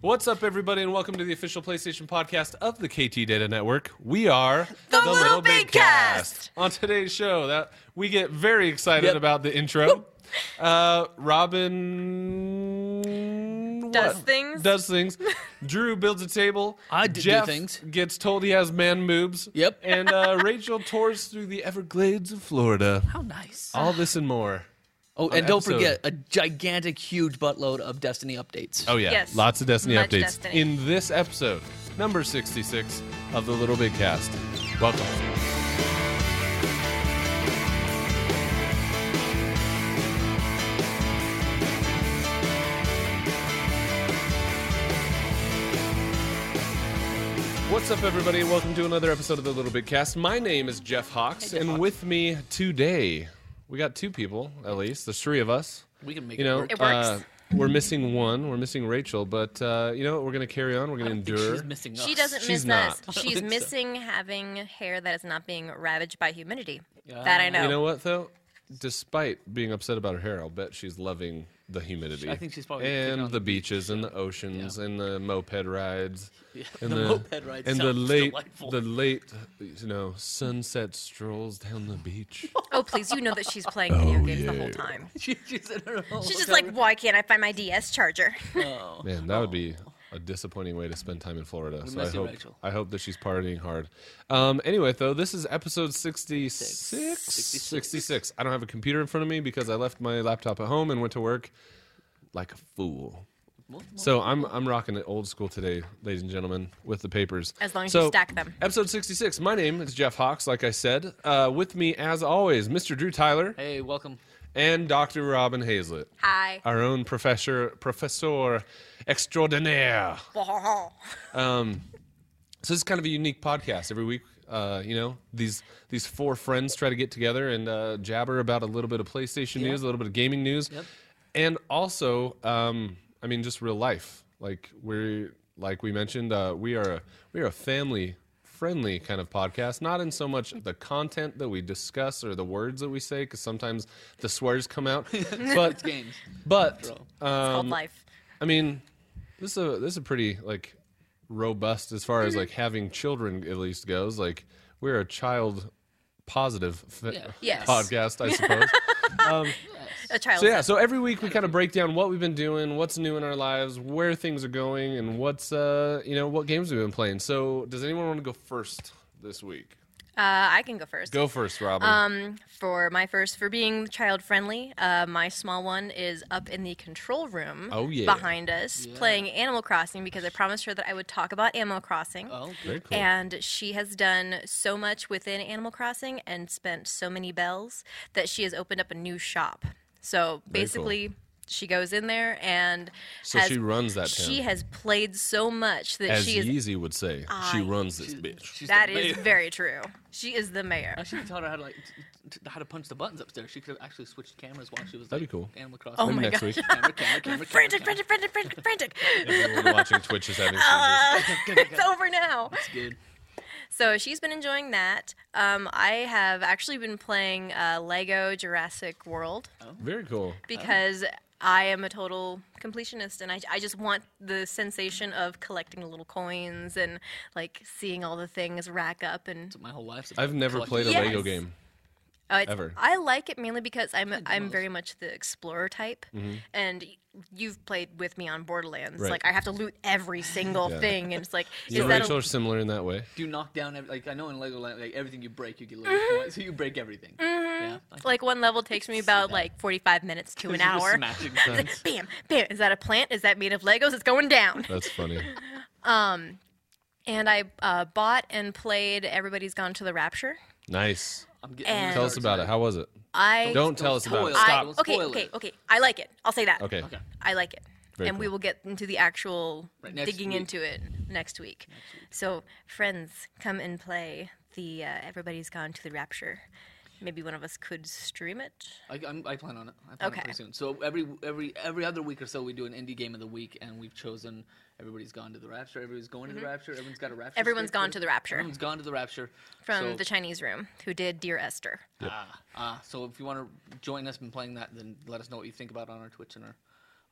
What's up, everybody, and welcome to the official PlayStation podcast of the KT Data Network. We are The Little Big Cast. On today's show, that we get very excited Yep. about the intro. Uh, Robin Does what? things. Does things. Drew builds a table. I d- do Jeff things. Gets told he has man moobs. Yep. And uh, Rachel tours through the Everglades of Florida. How nice. All this and more. Oh, on and don't episode. forget a gigantic, huge buttload of Destiny updates. Oh yeah, Yes. lots of Destiny Much updates Destiny. in this episode, number sixty-six of the Little Big Cast. Welcome. What's up, everybody? Welcome to another episode of the Little Big Cast. My name is Jeff Hawks, and with me today, we got two people at least. There's three of us We can make you it know, work. It works. uh, we're missing one. We're missing Rachel, but uh, you know what? We're gonna carry on. We're gonna I think endure. She's missing us. She doesn't She's miss not. us. I don't She's think so. missing having hair that is not being ravaged by humidity. that I know. You know what though? Despite being upset about her hair, I'll bet she's loving the humidity. I think she's probably picking and on the the beaches and the oceans and the moped rides and the moped ride and the sounds late delightful. the late you know sunset strolls down the beach. oh, please, you know that she's playing video Oh, games the yeah. whole time. She- she's in her own She's just hotel like, why can't I find my DS charger? room. Oh. Man, that would be a disappointing way to spend time in Florida. so I miss you, hope Rachel. I hope that she's partying hard. Um, anyway, though, this is episode 66? 66. 66. I don't have a computer in front of me because I left my laptop at home and went to work like a fool. So I'm I'm rocking it old school today, ladies and gentlemen, with the papers. As long as So, you stack them. Episode 66. My name is Jeff Hawks, like I said. Uh, with me, as always, Mr. Drew Tyler Hey, welcome. and Dr. Robin Hazlett Hi. our own professor professor extraordinaire. So this is kind of a unique podcast every week. Uh, you know, these these four friends try to get together and uh, jabber about a little bit of PlayStation news, a little bit of gaming news, Yep. and also, um, I mean, just real life. Like we're like we mentioned, uh, we are a, we are a family friendly kind of podcast not in so much the content that we discuss or the words that we say because sometimes the swears come out but Games. but Called um, life. I mean, this is a this is a pretty like robust as Mm-hmm. far as like having children at least goes. Like we're a child positive fi- Yeah. Yes. podcast, I suppose. A child. so yeah, so every week we kind of break down what we've been doing, what's new in our lives, where things are going, and what's uh you know what games we've been playing. So does anyone want to go first this week? Uh, I can go first. Go first, Robin. Um, For my first, for being child friendly, uh, my small one is up in the control room Oh, yeah. behind us playing Animal Crossing because I promised her that I would talk about Animal Crossing. Oh, good. Very cool. And she has done so much within Animal Crossing and spent so many bells that she has opened up a new shop. So cool. basically, she goes in there and So has- she runs that town. She has played so much that as she is. Yeezy would say, she runs this bitch. She's that the is mayor. very true. She is the mayor. I should have taught her how to like t- t- how to punch the buttons upstairs. She could have actually switched cameras while she was like, That'd be cool. Animal Crossing. Oh Maybe my next gosh. week. Camera, camera, camera, frantic, camera, frantic, frantic, frantic, frantic. Everyone watching Twitch is having seizures. Uh, camera. it's over now. That's good. So she's been enjoying that. Um, I have actually been playing uh, Lego Jurassic World. Very cool. because I am a total completionist and I, I just want the sensation of collecting the little coins and like seeing all the things rack up and My whole life's. I've about never collecting played a Yes. Lego game. uh, it's- Ever. I like it mainly because I'm I'm very much the explorer type and y- you've played with me on Borderlands Right. like I have to loot every single thing and it's like You is and that a- Rachel are similar in that way. Do you knock down every, like I know in Legoland like everything you break you get little points, so you break everything. Yeah, I Mm-hmm. like one level takes me about like 45 minutes to an You're just hour. smashing It's like, bam, bam. Is that a plant? Is that made of Legos? It's going down. That's funny. And I uh, bought and played Everybody's Gone to the Rapture. Nice. I'm getting And- Tell us about it. How was it? I Don't tell us about it. spoil. I, Stop. Don't okay, spoil okay, it. okay. I like it. I'll say that. Okay. Okay. I like it. Very and we cool. will get into the actual Right, next digging week. into it next week. So, friends, come and play the uh, Everybody's Gone to the Rapture. Maybe one of us could stream it. I, I'm, I plan on it. I plan on it Okay. pretty soon. So every every every other week or so, we do an indie game of the week, and we've chosen. Everybody's gone to the rapture. Everybody's going to the rapture. Everyone's got a rapture. Mm-hmm. Everyone's stick. gone to the rapture. Everyone's gone to the rapture. From so, the Chinese room, who did Dear Esther. ah, ah, so if you want to join us in playing that, then let us know what you think about it on our Twitch and our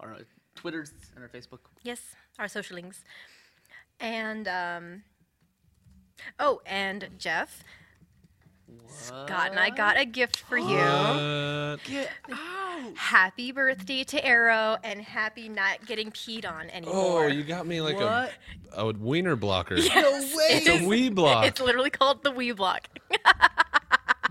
our uh, Twitters and our Facebook. Yes, our social links. And um, oh, and Jeff, Scott and I got a gift for you. Oh. What? Get out. Happy birthday to Arrow, and happy not getting peed on anymore. Oh, you got me like a, a wiener blocker. Yes, way. it It's a is. wee block. It's literally called the Wee Block.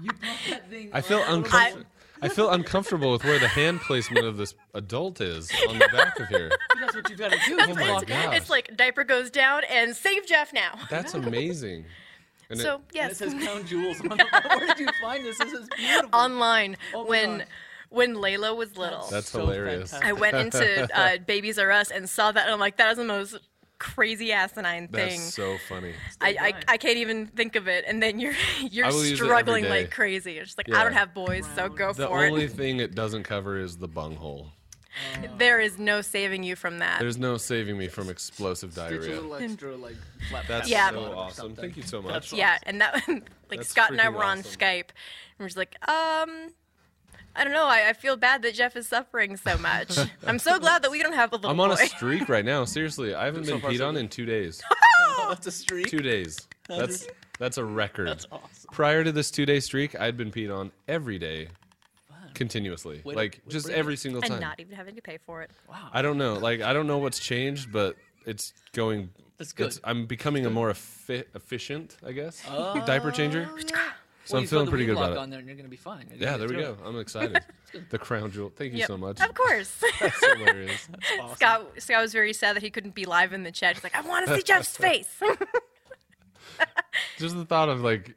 You brought that thing. I feel around. uncomfortable. I feel uncomfortable with where the hand placement of this adult is on the back of here. That's what you gotta do. Oh my gosh. It's like diaper goes down and save Jeff now. That's amazing. And it- so And it yes, says crown jewels on the Where did you find this? This is beautiful. online Oh my when gosh. when Layla was little, that's So hilarious. fantastic. I went into uh, Babies R Us and saw that, and I'm like, that is the most crazy asinine That's thing. so funny. I, I, Right. I can't even think of it, and then you're you're I will use it every struggling day. like crazy. You're just like, Yeah. I don't have boys, so go The for only it. thing it doesn't cover is the bunghole. There is no saving you from that. There's no saving me from explosive It's a diarrhea. little extra, like, flap That's Yeah. so awesome. Thank you so much. That's yeah, and that like That's Scott and I freaking were on awesome. Skype, and we're just like, um. I don't know. I, I feel bad that Jeff is suffering so much. I'm so glad that we don't have a little I'm on boy. a streak right now. Seriously, I haven't So been far, peed so on good. in two days. That's a streak. Two days. That's that's a record. That's awesome. Prior to this two-day streak, I'd been peed on every day, continuously, Way to- like way to just bring it. every single and time. not even having to pay for it. Wow. I don't know. Like I don't know what's changed, but it's going. That's good. it's- I'm becoming a more effi- efficient, I guess, diaper changer. So Well, I'm you throw feeling the pretty weed good about lock it. On there and you're gonna be fine. You're Yeah, gonna there we get go. I'm excited. the crown jewel. Thank you Yep. so much. Of course. That's hilarious. through it. Awesome. Scott, Scott was very sad that he couldn't be live in the chat. He's like, I want to see Jeff's face. Just the thought of like,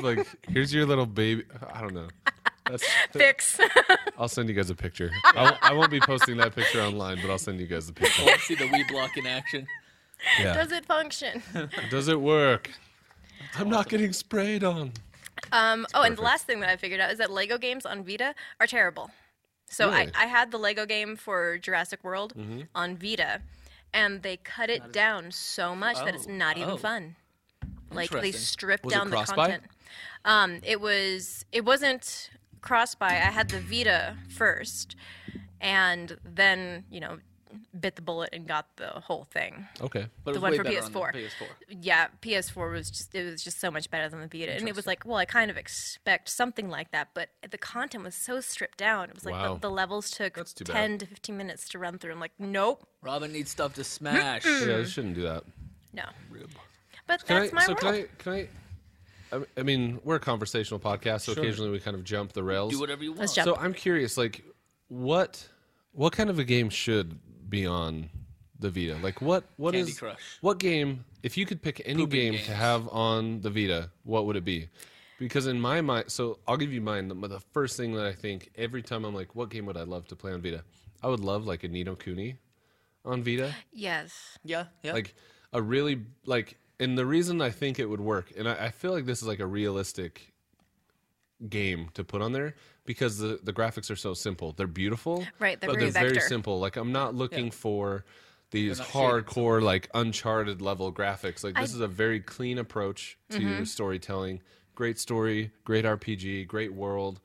like here's your little baby. I don't know. That's, Fix. I'll send you guys a picture. I won't, I won't be posting that picture online, but I'll send you guys the I picture. want to see the wee block in action. Yeah. Does it function? Does it work? I'm not getting sprayed on. Um, oh, and perfect. the last thing that I figured out is that Lego games on Vita are terrible. So Really? Mm-hmm. I, I had the Lego game for Jurassic World on Vita, and they cut it down so much that it's Oh, not even oh. fun. Like they Interesting. stripped Was it down the cross-buy? content. Um, it was. It wasn't cross by. I had the Vita first, and then you know, bit the bullet and got the whole thing. Okay. But The it was one way for better PS4. On the PS4. Yeah, PS4 was just it was just so much better than the Vita, and it was like, well, I kind of expect something like that, but the content was so stripped down. It was like Wow. the, the levels took That's too bad. ten to fifteen minutes to run through. I'm like, nope, Robin needs stuff to smash. Yeah, I shouldn't do that. no. Rib. But Can that's I, my so world. can I? Can I? I- I mean, we're a conversational podcast, so occasionally we kind of jump the rails. Do whatever you want. Let's jump. So I'm curious, like, what what kind of a game should be on the Vita? Like, what what is Candy Crush. what game? If you could pick any game games. to have on the Vita, what would it be? Because in my mind, so I'll give you mine. The, the first thing that I think every time I'm like, what game would I love to play on Vita? I would love like a Nino Cooney on Vita yes, Yeah, yeah. like a really like and the reason i think it would work and i, I feel like this is like a realistic game to put on there because the, the graphics are so simple they're beautiful Right, they're but very they're very vector. simple like i'm not looking for these not shaded. hardcore like uncharted level graphics like this is a very clean approach to Mm-hmm. storytelling great story great rpg great world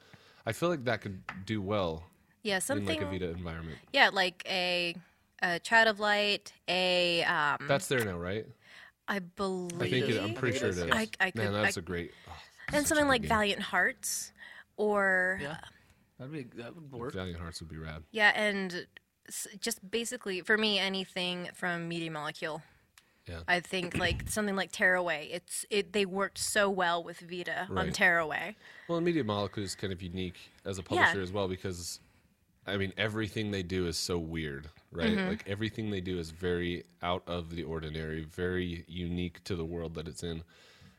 i feel like that could do well yeah, in like a something. Mm-hmm. vita environment yeah, like a, a Child of Light, a um, that's there now right I i think believe, it, i'm pretty it sure it is, is yes. I- I man could- that's I- a great and something like Valiant Hearts, or yeah. That'd be that would work. Valiant Hearts would be rad. yeah, and s- just basically for me anything from Media Molecule. Yeah. I think like something like Tearaway. It's it they worked so well with Vita on Right. Tearaway. Well, and Media Molecule is kind of unique as a publisher as well because, I mean, everything they do is so weird, right? Mm-hmm. Like everything they do is very out of the ordinary, very unique to the world that it's in.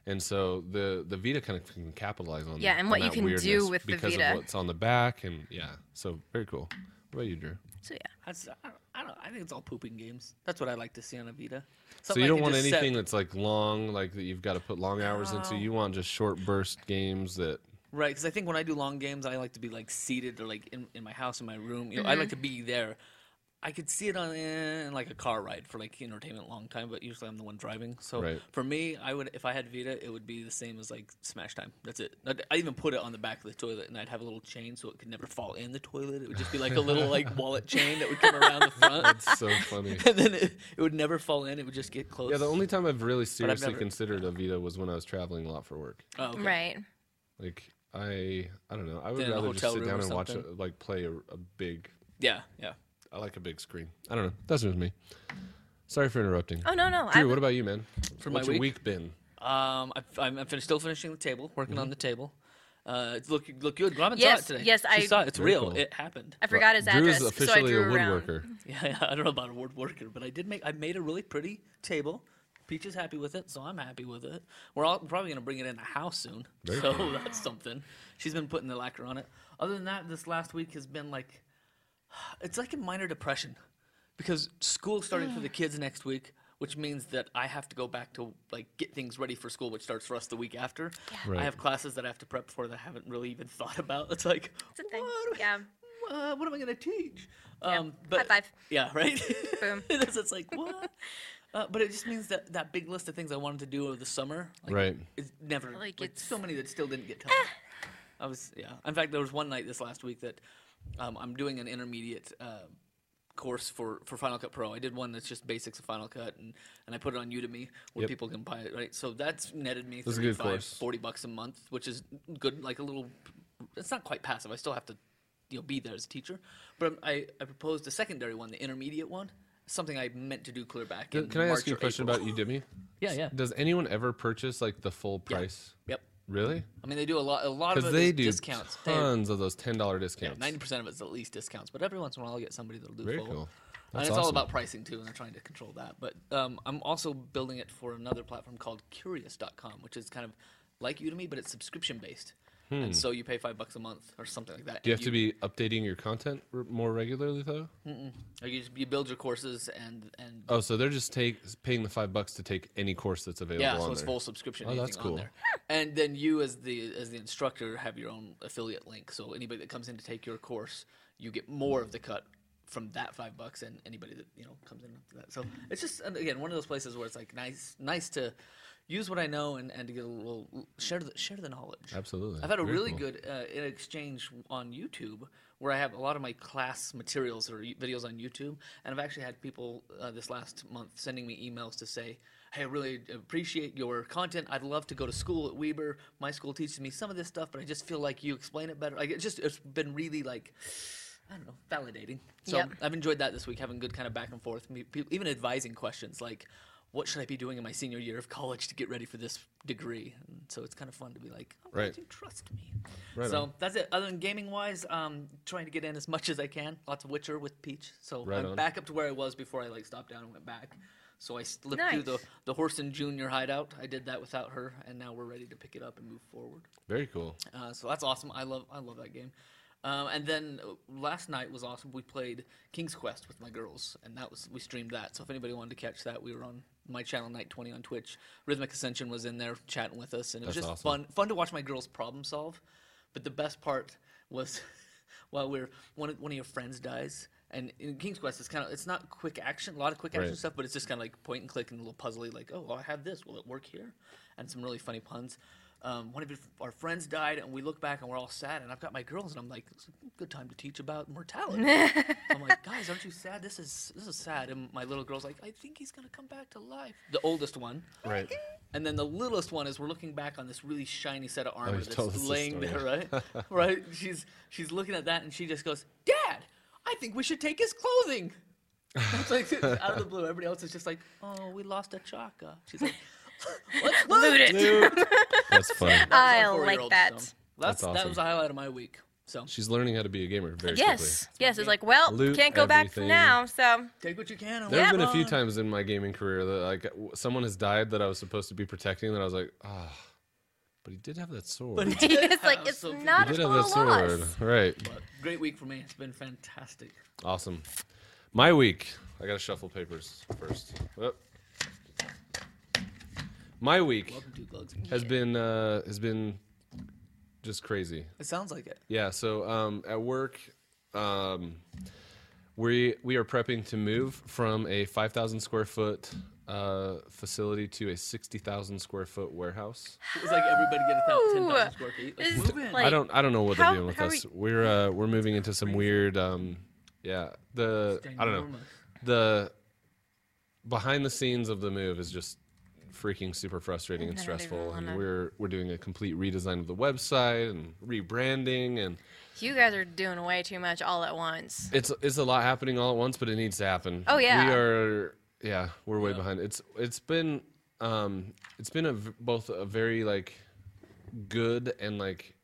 And so the the Vita kind of can capitalize on Yeah, and on what you that can do weirdness with the because Vita. of what's on the back and yeah, so very cool. What about you, Drew? So yeah. That's, I, don't, I don't. I think it's all pooping games. That's what I like to see on a Vita. So Something you I don't can want just set- anything that's like long, like that you've got to put long hours into. Oh. You want just short burst games that Right, because I Mm-hmm. think when I do long games, I like to be like seated or like in, in my house in my room. You know, I like to be there. I could see it on eh, in like a car ride for like entertainment long time, but usually I'm the one driving. So Right. for me, I would if I had Vita, it would be the same as like Smash Time. That's it. I'd, I even put it on the back of the toilet, and I'd have a little chain so it could never fall in the toilet. It would just be like a little like wallet chain that would come around the front, so funny. and then it, it would never fall in. It would just get close. Yeah, the only time I've really seriously never- considered a Vita was when I was traveling a lot for work. oh, okay. Right. Like I, I don't know. I would Then a rather just hotel sit room down or and watch, a, something. like, play a, a big. Yeah, yeah. I like a big screen. I don't know. That's just me. Sorry for interrupting. Oh no no. I, Drew, what about you, man? For my What's your week? week been? Um, I, I'm, I'm fin- still finishing the table, working Mm-hmm. on the table. Uh, it's look look good. Robin Yes, saw it today. yes, she I- saw it. It's Very real. cool. It happened. I forgot his Drew is address, so I officially drew a around. woodworker. Yeah, yeah, I don't know about a word worker, but I did make I made a really pretty table. Peach is happy with it, so I'm happy with it. We're all probably gonna bring it in the house soon, Very so cool. that's something. She's been putting the lacquer on it. Other than that, this last week has been like, it's like a minor depression, because school's starting for the kids next week, which means that I have to go back to like get things ready for school, which starts for us the week after. Right. I have classes that I have to prep for that I haven't really even thought about. It's like, It's a thing. what am- Yeah. uh, what am I gonna teach? Yeah. Um, but High five. yeah, right. Boom. it's, it's like what? uh, but it just means that that big list of things I wanted to do over the summer, like, Right. It's never Like, like, it's- Eh. so many that still didn't get done. I was yeah. In fact, there was one night this last week that um, I'm doing an intermediate. Uh, course for for Final Cut Pro. I did one that's just basics of Final Cut and and I put it on Udemy where Yep. people can buy it, right? So that's netted me That's a good 35, course. 40 bucks a month, which is good like a little it's not quite passive. I still have to you know be there as a teacher. But I I proposed a secondary one, the intermediate one, something I meant to do clear back in Can I March ask you a or question April. about Udemy? Yeah, yeah. Does anyone ever purchase like the full price? Yep. Really? I mean they do a lot a lot of Because it they is do discounts. They- tons of those ten dollar discounts. Ninety percent of it's at least discounts, but every once in a while I'll get somebody that'll do Very full. cool. and That's it's all awesome. about pricing too, and they're trying to control that. But um, I'm also building it for another platform called Curious.com, which is kind of like Udemy, but it's subscription based, and so you pay five bucks a month or something like that. Hmm. Do you have to be updating your content r- more regularly though? You, just- you build your courses and and Oh, so they're just take paying the five bucks to take any course that's available. yeah, on so it's there. full subscription. Oh, anything that's on cool. there. And then you, as the as the instructor, have your own affiliate link. So anybody that comes in to take your course, you get more of the cut from that five bucks, and anybody that you know comes in after that. So it's just and again one of those places where it's like nice, nice to use what I know and, and to get a little share the share the knowledge. Absolutely. I've had a Very really cool. good uh, in exchange on YouTube where I have a lot of my class materials or y- videos on YouTube, and I've actually had people uh, this last month sending me emails to say, "Hey, I really appreciate your content. I'd love to go to school at Weber. My school teaches me some of this stuff, but I just feel like you explain it better. Like it just it's been really like." I don't know, validating. So Yep. I've enjoyed that this week, having good kind of back and forth, me- pe- even advising questions like, "What should I be doing in my senior year of college to get ready for this degree?" And so it's kind of fun to be like, oh, Right. "You trust me." Right so on. that's it. Other than gaming wise, um, trying to get in as much as I can. Lots of Witcher with Peach. So Right I'm on. back up to where I was before I like stopped down and went back. So I slipped through the Nice. the horse and junior hideout. I did that without her, and now we're ready to pick it up and move forward. Very cool. Uh, so that's awesome. I love I love that game. Um, and then uh, last night was awesome. We played King's Quest with my girls, and that was we streamed that. So if anybody wanted to catch that, we were on my channel Night Twenty on Twitch. Rhythmic Ascension was in there chatting with us, and it was That's just awesome. fun fun to watch my girls problem solve. But the best part was while we're one of, one of your friends dies. And in King's Quest, it's kind of it's not quick action, a lot of quick action Right. stuff, but it's just kind of like point and click and a little puzzly, like oh, well, I have this, will it work here? And some really funny puns. Um, one of your- our friends died, and we look back and we're all sad. And I've got my girls, and I'm like, it's a good time to teach about mortality. I'm like, guys, aren't you sad? This is this is sad. And my little girl's like, I think he's gonna come back to life. The oldest one. Right. And then the littlest one is we're looking back on this really shiny set of armor you've Oh, told us that's this laying there, story. right? right? She's she's looking at that and she just goes, "Dad, I think we should take his clothing." It's like out of the blue, everybody else is just like, "Oh, we lost a Chaka." She's like, "Let's Loot it. That's fun. That was our I like four-year-old, that. so That's that's, that awesome. was the highlight of my week. So She's learning how to be a gamer very quickly. Yes. Yes. It's like, well, Loot can't go back everything. from now. So take what you can. and There have Yeah. been a few times in my gaming career that like w- someone has died that I was supposed to be protecting that I was like, ah, but he did have that sword. But he he did it's like have it's something. not a did have that total sword. loss. Right. But great week for me. It's been fantastic. Awesome. My week. I gotta shuffle papers first. Whoop. My week Welcome to Glugs. has been uh, has been just crazy. It sounds like it. Yeah. So um, at work, um, We we are prepping to move from a 5,000 square foot uh, facility to a 60,000 square foot warehouse. It was like everybody get about ten thousand square feet. Like, This move in. like- I don't I don't know what how- they're doing with how are us. you- We're uh, we're moving into some weird um, yeah, the I don't know. ginormous. The behind the scenes of the move is just freaking super frustrating and I don't even stressful and wanna- we're we're doing a complete redesign of the website and rebranding and You guys are doing way too much all at once. it's it's a lot happening all at once, but it needs to happen. Oh, yeah. we are. Yeah, we're way behind. It's it's been um it's been a v- both a very like good and like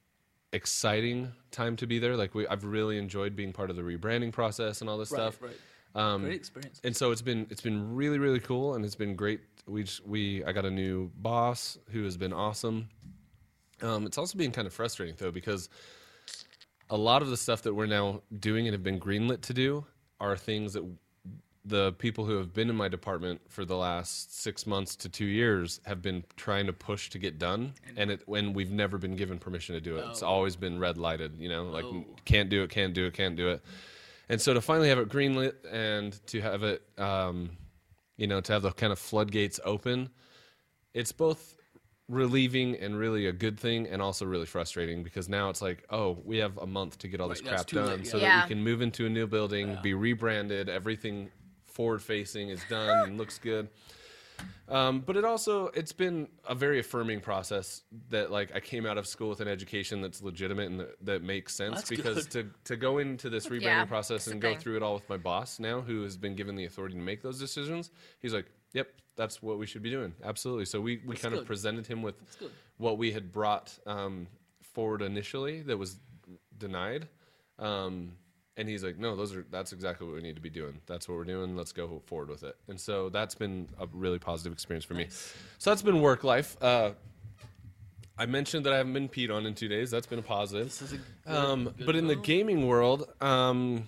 exciting time to be there. Like we, I've really enjoyed being part of the rebranding process and all this Right, stuff. right. Um, Great experience. and so it's been it's been really really cool, and it's been great. We just, we I got a new boss who has been awesome. Um, it's also been kind of frustrating though because a lot of the stuff that we're now doing and have been greenlit to do are things that the people who have been in my department for the last six months to two years have been trying to push to get done, and it when we've never been given permission to do it. It's always been red lighted, you know, like Oh. can't do it, can't do it, can't do it. And so to finally have it greenlit and to have it, um, you know, to have the kind of floodgates open, it's both relieving and really a good thing and also really frustrating because now it's like oh we have a month to get all this Right, that's crap too done late, so yeah. that Yeah. we can move into a new building be rebranded everything forward facing is done and looks good um, but it also it's been a very affirming process that like i came out of school with an education that's legitimate and that, that makes sense That's because to to go into this rebranding Yeah, process it's a and go thing. through it all with my boss now who has been given the authority to make those decisions he's like yep that's what we should be doing absolutely so we, we kind of good. presented him with good. what we had brought um, forward initially that was denied um, and he's like no those are that's exactly what we need to be doing that's what we're doing let's go forward with it and so that's been a really positive experience for me so that's been work life uh, i mentioned that i haven't been peed on in two days that's been a positive This is a good- um, good but in the move. gaming world, um,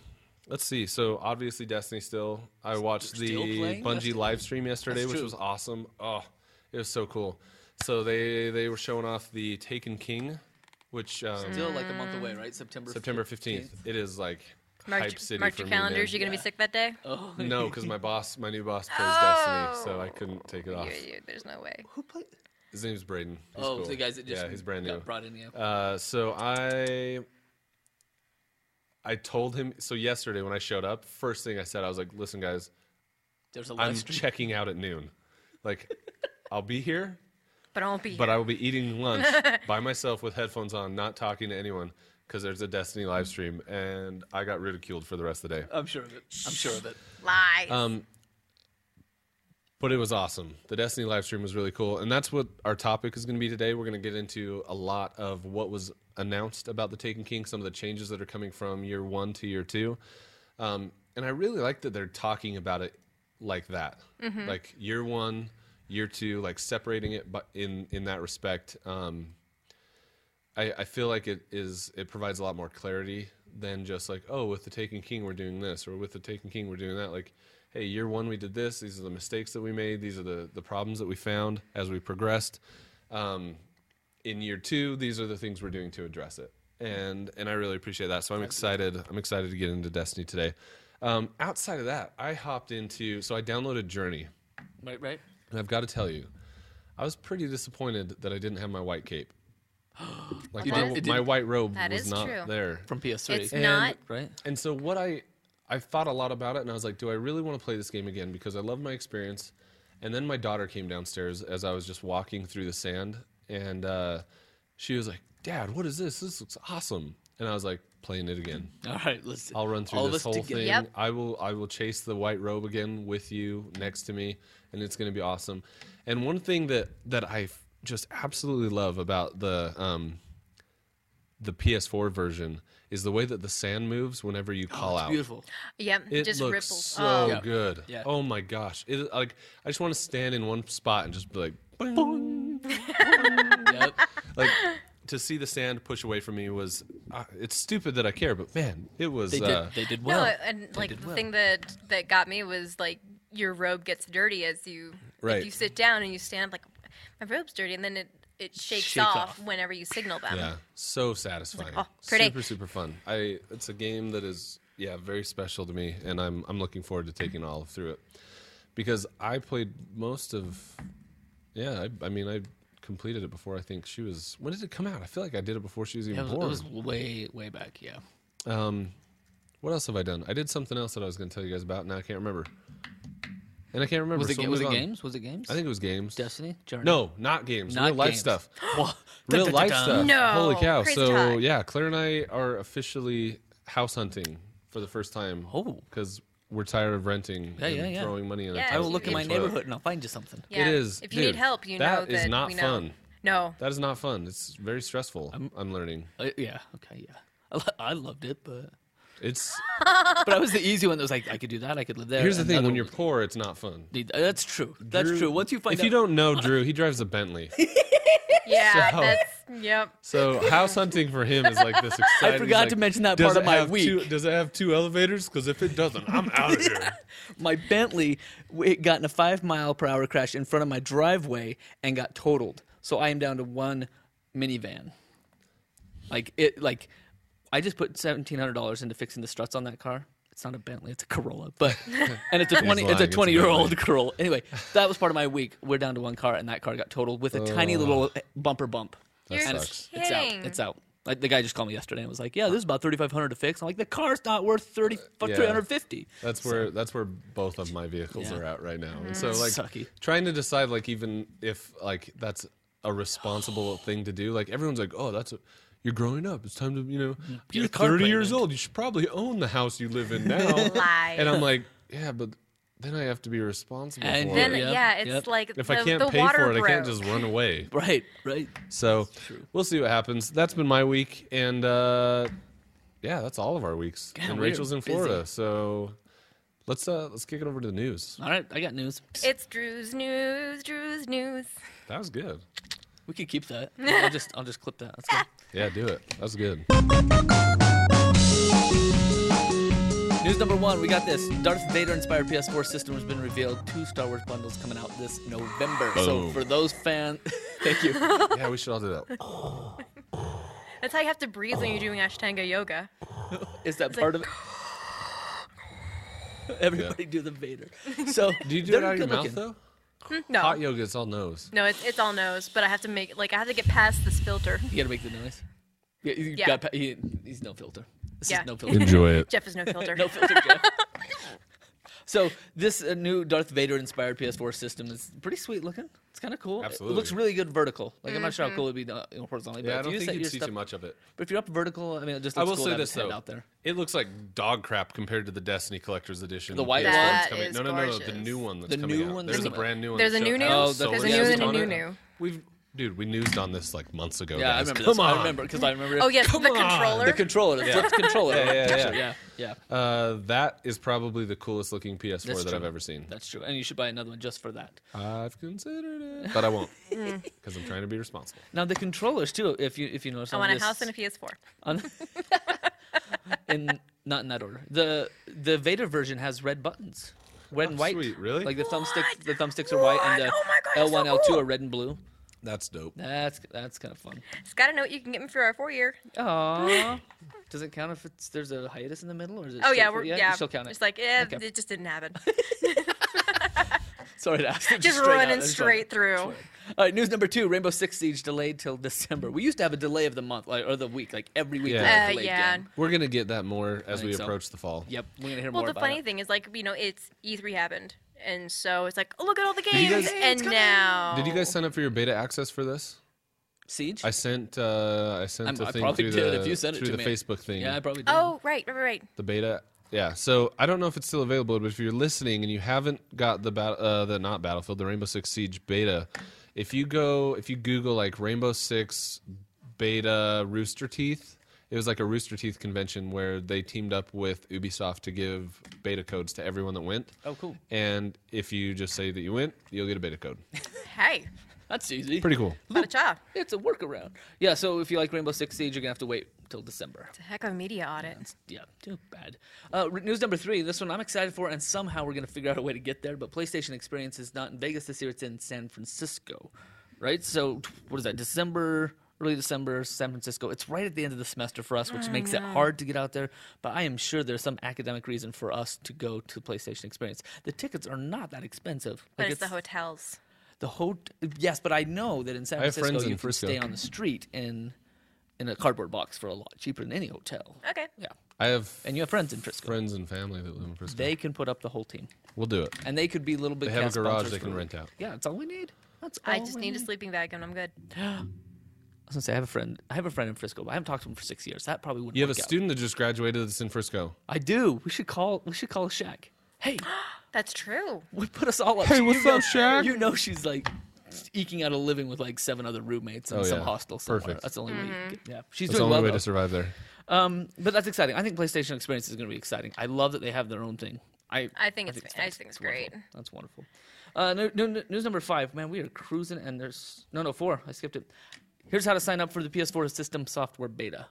let's see. So obviously, Destiny still. I watched the Still playing Bungie Destiny? live stream yesterday, That's which true. was awesome. Oh, it was so cool. So they they were showing off the Taken King, which um, still like a month away, right? September. September fifteenth. It is like hype Mark, city mark for your me, man. calendars. You're gonna be sick that day. Oh, No, because my boss, my new boss, plays Destiny, so I couldn't take it off. You- you- there's no way. who played? His name's Braden. He's Oh, cool. the guys that just yeah, he's brand new. got brought in. Yeah. Uh, so I I told him so yesterday when I showed up, first thing I said, I was like, listen guys, There's a I'm live stream. checking out at noon. Like I'll be here, But I won't be. but here. I will be eating lunch by myself with headphones on, not talking to anyone because there's a Destiny live stream and I got ridiculed for the rest of the day. I'm sure of it. I'm sure of it. Lies. Um, But it was awesome. The Destiny live stream was really cool. And that's what our topic is going to be today. We're going to get into a lot of what was announced about the Taken King, some of the changes that are coming from year one to year two. Um, and I really like that they're talking about it like that. Like year one, year two, like separating it but in, in that respect. Um, I, I feel like it is it provides a lot more clarity than just like oh with the Taken King we're doing this or with the Taken King we're doing that like hey year one we did this these are the mistakes that we made these are the the problems that we found as we progressed um, in year two these are the things we're doing to address it and and I really appreciate that so I'm excited I'm excited to get into Destiny today um, outside of that I hopped into so I downloaded Journey Right, right. and I've got to tell you, I was pretty disappointed that I didn't have my white cape. Like You my, didn't- it my didn't- white robe That was is not true. there. From PS3, it's not. right? And so what I I thought a lot about it, and I was like, do I really want to play this game again? Because I love my experience. And then my daughter came downstairs as I was just walking through the sand, and uh, she was like, "Dad, what is this? This looks awesome." And I was like, "Playing it again. All right, let's. I'll run through all of this us whole together. thing. Yep. I will I will chase the white robe again with you next to me, and it's going to be awesome. And one thing that that I f- just absolutely love about the um, the PS4 version is the way that the sand moves whenever you call Oh, It's out. beautiful. Yep. It just looks ripples. so oh, Yeah. good. Yeah. Oh my gosh! It like I just want to stand in one spot and just be like, boing, yep. like to see the sand push away from me was. Uh, it's stupid that I care, but man, it was. They uh, did. They did No, well. and They like did the well. thing that that got me was like your robe gets dirty as you Right. if you sit down and you stand up like my robe's dirty and then it it shakes Shake off, off. whenever you signal them. Yeah, so satisfying. oh, pretty. Super, super fun. I. It's a game that is yeah, very special to me, and I'm I'm looking forward to taking Olive through it because I played most of. Yeah, I, I mean, I completed it before. I think she was. When did it come out? I feel like I did it before she was even It was, it born. was way, way back. Yeah. What else have I done? I did something else that I was going to tell you guys about, and I can't remember. And I can't remember. Was it, so ga- we'll was it move on. games? Was it games? I think it was games. Destiny. Journey. No, not games. Not real life games. stuff. What? Real life stuff. No, Holy cow. crazy So talk. yeah, Claire and I are officially house hunting for the first time. Oh. because we're tired of renting Yeah, and yeah, yeah. throwing money in. Yeah, a I I will look in my toilet. neighborhood and I'll find you something. Yeah. is- If you dude, need help, you know that that is not we know. fun. No. That is not fun. It's very stressful. I'm, learning. Uh, yeah. Okay. Yeah. I, lo- I loved it, but It's but I was the easy one that was like, I could do that. I could live there. here's the thing: another when you're one- uh, poor, it's not fun. that's true. That's Drew- true. Once you find if out, you don't know Drew, he drives a Bentley. Yeah. So- That's yep. So house hunting for him is like this exciting. I forgot he's to like, mention that "Does part of it my have week. two- does it have two elevators? Because if it doesn't, I'm out of here. my Bentley w- it got in a five mile per hour crash in front of my driveway and got totaled. So I am down to one minivan. Like it, like I just put seventeen hundred dollars into fixing the struts on that car. It's not a Bentley, it's a Corolla, but and it's a twenty, lying, it's a it's a twenty year old Corolla. Anyway, that was part of my week. We're down to one car, and that car got totaled with a tiny little bumper bump. You're And It's- sucks. kidding. It's out. It's out. Like the guy just called me yesterday and was like, "Yeah, this is about thirty five hundred to fix." I'm like, "The car's not worth thirty Yeah. three hundred fifty. That's where that's where both of my vehicles Yeah. Mm-hmm. are at right now. And so like Sucky. trying to decide like even if like that's a responsible thing to do. Like everyone's like, "Oh, that's a you're growing up. It's time to, you know, Mm-hmm. Get a you're car 30 years payment." old. You should probably own the house you live in now." Lie. and I'm like, "Yeah, but then I have to be responsible And for Then it. Yep, yeah, it's yep. like If the, I can't the pay water for it, I can't broke. just run away." Right, right. So we'll see what happens. That's been my week, and uh, yeah, that's all of our weeks. God, and we are Rachel's in busy. Florida, so let's uh, let's kick it over to the news. All right, I got news. It's Drew's news. Drew's news. That was good. We could keep that. I'll just I'll just clip that. That's good. Yeah, do it. That was good. News number one, we got this. Darth Vader inspired PS4 system has been revealed. Two Star Wars bundles coming out this November. So Boom. for those fans, thank you. Yeah, we should all do that. That's how you have to breathe Oh. when you're doing Ashtanga yoga. Is that part of it? Everybody do the Vader. So Do you do they're it out of your good mouth looking. though? No, Hot yoga, it's all nose. no, it's it's all nose. But I have to make like I have to get past this filter. You gotta make the noise. Yeah, you Yeah. Got, pa- he, he's no filter. This Yeah. is no filter. Enjoy it. Jeff is no filter. No filter, Jeff. so this uh, new Darth Vader inspired PS4 system is pretty sweet looking. It's kind of cool. It- It Absolutely. looks really good vertical. Like I'm not sure how Mm-hmm. cool it'd be uh, you know, horizontally. But Yeah, I if don't you think set you'd your see stuff- too much of it. But if you're up vertical, I mean, it just I looks will cool say to have this his head though. out there. It looks like dog crap compared to the Destiny Collector's Edition. The white PS4 one? that's That coming- is No, no, no, no. The gorgeous. new one that's The coming new out. one that's There's a coming out. brand new one. There's that a new showed new? how Oh, solar there's a new system and a on new it. new. We've dude, we newsed on this like months ago. Yeah, I guys. remember. Come this. on. I remember because I remember. Oh yes, Come the on. controller. The controller, the flipped controller. Yeah, yeah, Picture, yeah. yeah, yeah. Uh, that is probably the coolest looking PS4 That's that I've true. ever seen. That's true. And you should buy another one just for that. I've considered it, but I won't Mm. because I'm trying to be responsible. Now the controllers too. If you if you notice, I on want a this- house and a PS4. on in not in that order. The the Vader version has red buttons. Red and Oh, white. sweet, really? Like the thumbstick What? the thumbsticks are white and the What? Oh my God, that's L1 so L2 cool. are red and blue. That's dope. That's that's kind of fun. It's got a note you can get me for our four year. Aww. Does it count if it's there's a hiatus in the middle or is it Oh yeah, straight for- we're yeah. you still count it. It's like eh, Okay. it just didn't happen. Sorry to ask. Just straight out. running That's fine. straight through. All right, news number two: Rainbow Six Siege delayed till December. We used to have a delay of the month like, or the week, like every week. Yeah. we had a Uh, delayed yeah. game. We're gonna get that more as think we so. approach the fall. Yep. We're gonna hear Well, more the about funny it. thing is, like, you know, it's E3 happened, and so it's like, oh, look at all the you games, guys- Hey, and now Did you guys sign up for your beta access for this? Siege. I sent uh, I sent I'm- a I thing probably through did the if you sent it through to the me. Facebook thing. yeah, I probably did. Oh, right, right, right. the beta. Yeah, so I don't know if it's still available, but if you're listening and you haven't got the bat- uh, the not Battlefield, the Rainbow Six Siege beta, if you go if you Google like Rainbow Six beta Rooster Teeth, it was like a Rooster Teeth convention where they teamed up with Ubisoft to give beta codes to everyone that went. Oh, cool. And if you just say that you went, you'll get a beta code. Hey, That's easy. Pretty cool. what a job. It's a workaround. Yeah, so if you like Rainbow Six Siege, you're gonna have to wait till December. It's a heck of a media audit. Yeah, too bad. Uh, re- news number three. This one I'm excited for, and somehow we're gonna figure out a way to get there. But PlayStation Experience is not in Vegas this year; it's in San Francisco, right? So what is that? December early December, San Francisco. It's right at the end of the semester for us, which makes it hard to get out there. But I am sure there's some academic reason for us to go to PlayStation Experience. The tickets are not that expensive. But Like, it's the hotels. the whole yes, but I know that in San I have Francisco friends in you can Frisco. stay on the street in in a cardboard box for a lot cheaper than any hotel. Okay. Yeah, I have and you have friends in Frisco. friends and family that live in Frisco. They can put up the whole team, we'll do it. and they could be little bit. They have a cast garage sponsors they for can the rent week. out. Yeah, that's all we need. That's all I just we need a sleeping bag and I'm good. I was gonna say I have a friend. I have a friend in Frisco, but I haven't talked to him for six years. That probably wouldn't. You have a work out. student that just graduated that's in Frisco. I do. We should call. We should call Shaq. Hey, That's true. we put us all up. Hey, You what's know- up, Shaq? You know she's like eking out a living with like seven other roommates in Oh, some yeah. hostel somewhere. Perfect. That's the only way. Mm-hmm. You get, yeah, she's That's the only doing well. way though. to survive there. Um, but that's exciting. I think PlayStation Experience is going to be exciting. I love that they have their own thing. I I think it's I think it's great. wonderful. That's wonderful. Uh, no, no, no- news number five. Man, we are cruising, and there's no, no, four. I skipped it. Here's how to sign up for the PS4 system software beta.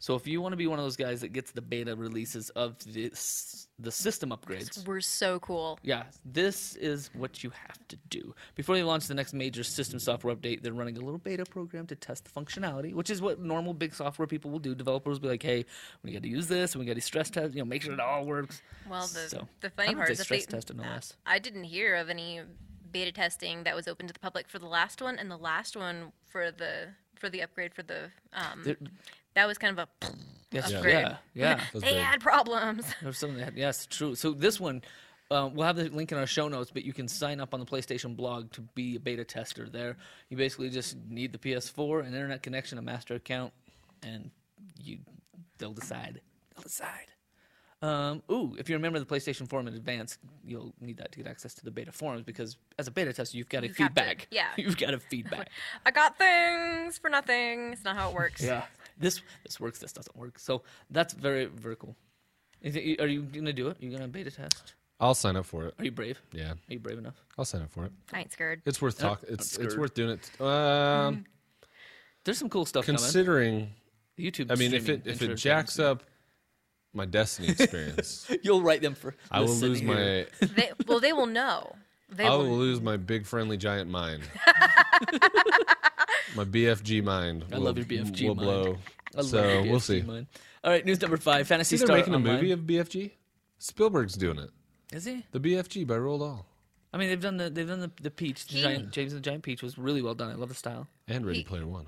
So if you want to be one of those guys that gets the beta releases of this, the system upgrades, We're so cool. yeah, this is what you have to do. Before they launch the next major system software update, they're running a little beta program to test the functionality, which is what normal big software people will do. Developers will be like, hey, we got to use this, and we got to stress test, you know, make sure it all works. Well, the So, the I funny don't part say is that stress they- tested no less. I didn't hear of any beta testing that was open to the public for the last one, and the last one for the for the upgrade for the um, There- that was kind of a Yeah. Yes, yeah, great. yeah. That's they big. had problems. Or something that- yes, true. So this one, um, we'll have the link in our show notes, but you can sign up on the PlayStation blog to be a beta tester there. You basically just need the PS4, an internet connection, a master account, and you they'll decide. They'll decide. Um, ooh, if you remember the PlayStation forum in advance, you'll need that to get access to the beta forums because as a beta tester, you've got to You have to- feedback. yeah. you've got to feedback. I got things for nothing. It's not how it works. yeah, this this works. This doesn't work. So that's very very cool. Is it, are you gonna do it? Are you gonna beta test? I'll sign up for it. Are you brave? Yeah, Are you brave enough? I'll sign up for it. I ain't scared. It's worth talk. It's it's scared. worth doing Mm-hmm. it. Um, There's some cool stuff considering, coming. YouTube. I mean, if streaming it if it interface. jacks up my Destiny experience, you'll write them for. I will lose listen here. my They, well, they will know. They I will. will lose my big friendly giant mind. my BFG mind. I love your BFG will mind. blow. I love so your we'll BFG see. Mine. All right, news number five. Fantasy Is Star they're making Online. a movie of BFG? Spielberg's doing it. Is he? The BFG by Roald Dahl I mean, they've done the they've done the, the Peach. The giant, James and the Giant Peach was really well done. I love the style. and Ready He- Player One.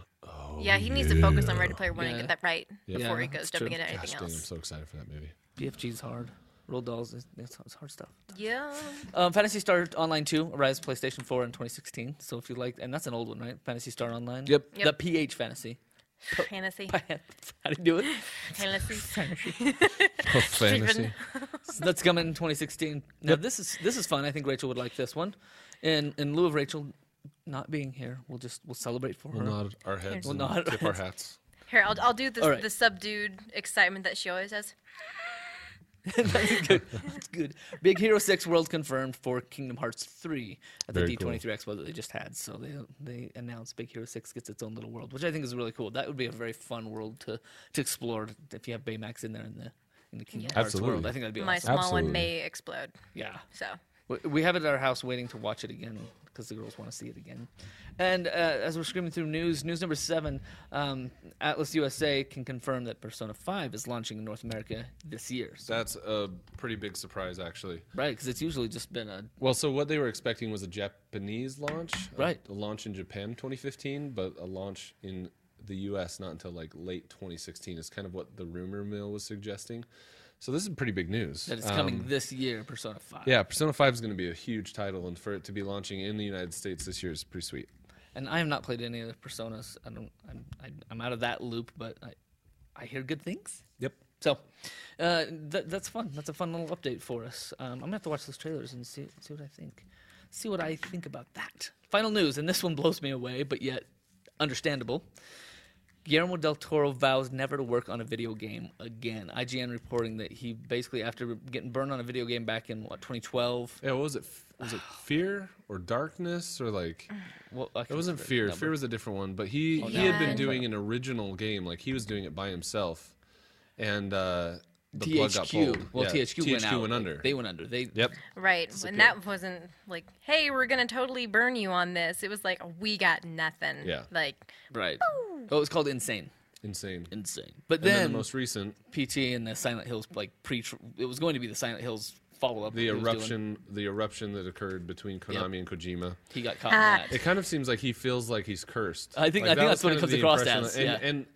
yeah, he needs to focus on Ready Player One and Oh, Yeah. get that right before Yeah, he goes that's jumping true. into Gosh, anything dang, I'm else. so excited for that movie. BFG's hard. Roll dolls. It's, it's it's hard stuff. Yeah. Um, Fantasy Star Online 2 arrives PlayStation 4 in 2016. So if you like, and that's an old one, right? Fantasy Star Online. Yep. Yep. The PH Fantasy. Fantasy. How to do it? Fantasy. Oh, fantasy. that's coming in 2016. Now this is this is fun. I think Rachel would like this one. In in lieu of Rachel not being here, we'll just we'll celebrate for We'll her. nod our heads. We'll and nod our tip our hats. Here, I'll, I'll do the, All right. the subdued excitement that she always has. that's good. That's good. Big Hero Six World confirmed for Kingdom Hearts three at the Very D twenty three Expo that they just had. So they they announced Big Hero Six gets its own little world, which I think is really cool. That would be a very fun world to to explore if you have Baymax in there in the in the Kingdom Hearts world. Absolutely. I think that'd be My awesome. small Absolutely. one may explode. Yeah. So We- We have it at our house waiting to watch it again because the girls want to see it again. And uh, as we're screaming through news, news number seven um, Atlas USA can confirm that Persona 5 is launching in North America this year. So, That's a pretty big surprise, actually. right, because it's usually just been a. Well, so what they were expecting was a Japanese launch, a- Right. A, launch in Japan 2015, but a launch in the U.S. not until like late 2016 is kind of what the rumor mill was suggesting. So this is pretty big news. That it's Um, coming this year, Persona 5. yeah, Persona 5 is going to be a huge title, and for it to be launching in the United States this year is pretty sweet. And I have not played any of the Personas. I don't, I'm, I, I'm out of that loop, but I, I hear good things. Yep. So uh, that, that's fun. That's a fun little update for us. Um, I'm gonna have to watch those trailers and see see what I think. See what I think about that. Final news, and this one blows me away, but yet understandable. Guillermo del Toro vows never to work on a video game again. IGN reporting that he basically, after getting burned on a video game back in what 2012, Yeah, what was it? F- Was it Fear or Darkness or like? well, I It can't wasn't remember the Fear. number. Fear was a different one, but Oh, he he no. had been Yeah. doing an original game, like he was doing it by himself, and uh, the plug got THQ. pulled. Well, Yeah, THQ, went out. went under. They went under. They yep. Right. And that wasn't like, hey, we're going to totally burn you on this. It was like, we got nothing. Yeah. Like, right. Oh, it was called Insane. Insane. And Insane. But then, then, the most recent, PT and the Silent Hills like pre. It was going to be the Silent Hills follow up. the eruption, the eruption that occurred between Konami and Kojima. He got caught. in Ah. that. It kind of seems like he feels like he's cursed. I think- Like, I that think was that's what kind it of comes the across impression as, that- And, yeah. and,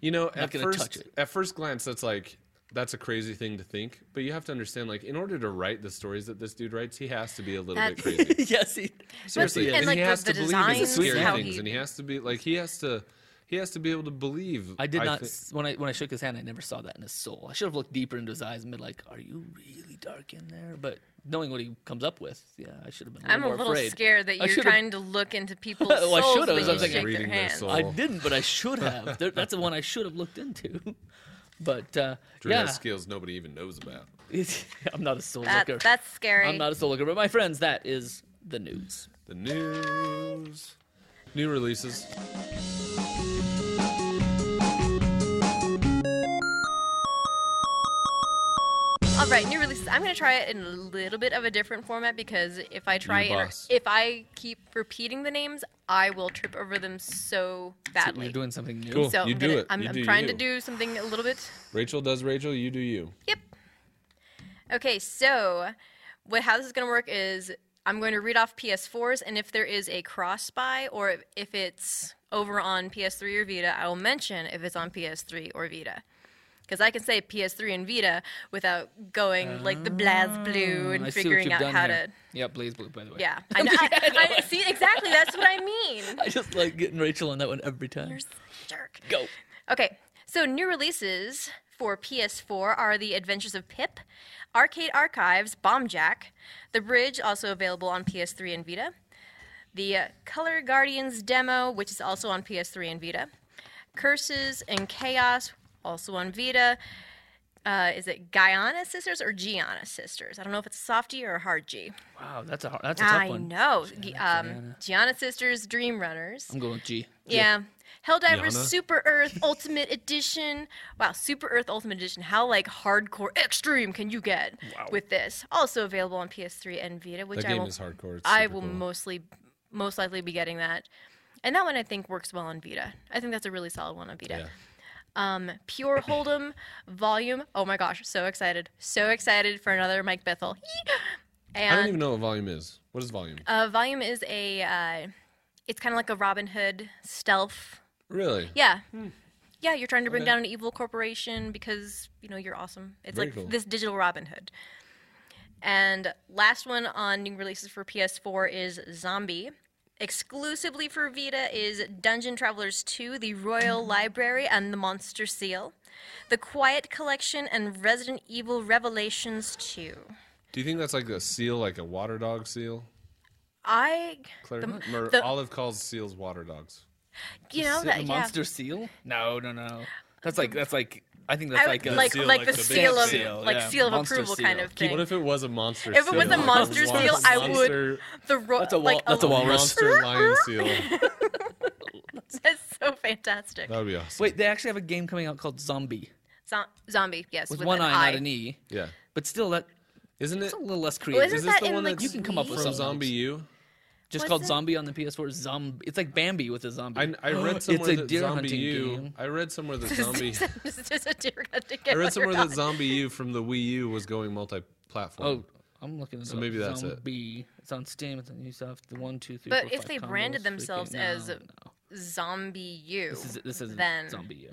you know, at gonna touch first, it. at first glance, that's like that's a crazy thing to think. But you have to understand, like, in order to write the stories that this dude writes, he has to be a little That's- bit crazy. yes. He, Seriously, And, like, he the- has the to believe in designs, scary how things, he- and he has to be like he has to he has to be able to believe. I did not thi- s when I when I shook his hand. I never saw that in his soul. I should have looked deeper into his eyes and been like, "Are you really dark in there?" But knowing what he comes up with, yeah, I should have been. I'm a more little afraid. scared that I you're should've- trying to look into people's Well, I souls should've, when so I you was like, shake their Reading their hands. soul. I Oh. didn't, but I should have. There, that's the one I should have looked into. But uh, Drew yeah, has skills nobody even knows about. I'm not a soul That, looker. that's scary. I'm not a soul looker. But my friends, that is the news. The news, new releases. All right, new releases. I'm going to try it in a little bit of a different format because if I try You it, boss. if I keep repeating the names, I will trip over them so badly. You're doing something new. Cool. so You I'm, do gonna, it. I'm, You I'm do trying you. to do something a little bit Rachel does Rachel. You do you. Yep. Okay, so what how this is going to work is I'm going to read off PS4s, and if there is a cross buy or if- if it's over on PS3 or Vita, I will mention if it's on PS3 or Vita. Because I can say PS3 and Vita without going like the blaz blue and I see what figuring you've out done how here. to. Yeah, Blaze Blue, by the way. Yeah, I know. I, I, see exactly. That's what I mean. I just like getting Rachel on that one every time. Jerk. Go. Okay, so new releases for PS4 are The Adventures of Pip, Arcade Archives, Bomb Jack, The Bridge, also available on PS3 and Vita, the uh, Color Guardians demo, which is also on PS3 and Vita, Curses and Chaos, also on Vita. Uh, is it Guyana Sisters or Gianna Sisters? I don't know if it's a soft G or a hard G. Wow, that's a hard, that's a tough I one. know. G- um, Gianna Sisters, Dream Runners. I'm going with G. Yeah. Helldivers Yana? Super Earth Ultimate Edition. Wow, Super Earth Ultimate Edition. How like hardcore extreme can you get with this? Also available on PS3 and Vita, which That I game will is hardcore. It's I super will cool. mostly most likely be getting that. And that one I think works well on Vita. I think that's a really solid one on Vita. Yeah. Um, Pure Hold'em Volume. Oh my gosh, so excited. So excited for another Mike Bethel. Yee! I don't And even know what volume is. What is volume? uh, Volume is a uh, it's kind of like a Robin Hood stealth Really? Yeah. Hmm. Yeah, you're trying to bring Okay. down an evil corporation because, you know, you're awesome. It's Very like cool. this digital Robin Hood. And last one on new releases for PS4 is Zombie. Exclusively for Vita is Dungeon Travelers 2, The Hmm. Royal Library, and The Monster Seal, The Quiet Collection, and Resident Evil Revelations 2. Do you think that's like a seal, like a water dog seal? I, Claire, Mer- the- Olive calls seals water dogs. you know, Is it that, a yeah. monster seal? No, no, no. That's like that's like I think that's I like would, a like, seal, like, like the the big seal of, seal, like, yeah. seal of Monster approval seal. kind of Keep- thing. What if it was a monster? If it was seal? a monster Wa- seal, I would- monster- the ro- That's a wal- like that's a walrus. Monster lion seal. That's so fantastic. That would be awesome. Wait, they actually have a game coming out called Zombie Zo- zombie, yes, with, with one an eye, eye. not an E. Yeah. But still, that Isn't it it's a little less Well, creative. isn't is this that the in one like that's You can come up with Wii? from something Zombie U? Just What's called it? Zombie on the PS4. Zombie. It's like Bambi with a zombie. I, I read Oh, It's somewhere a that deer Zombie hunting U. I game. read somewhere that Zombie. It's just a deer gun to I read get on your somewhere that dog. Zombie U from the Wii U was going multi-platform. oh, I'm looking at So maybe that's it. Zombie. It's on Steam. It's on Ubisoft. The one, two, three. But four, if five they combos, branded freaking- themselves no, as- no. zombie you. this is this is then Zombie U.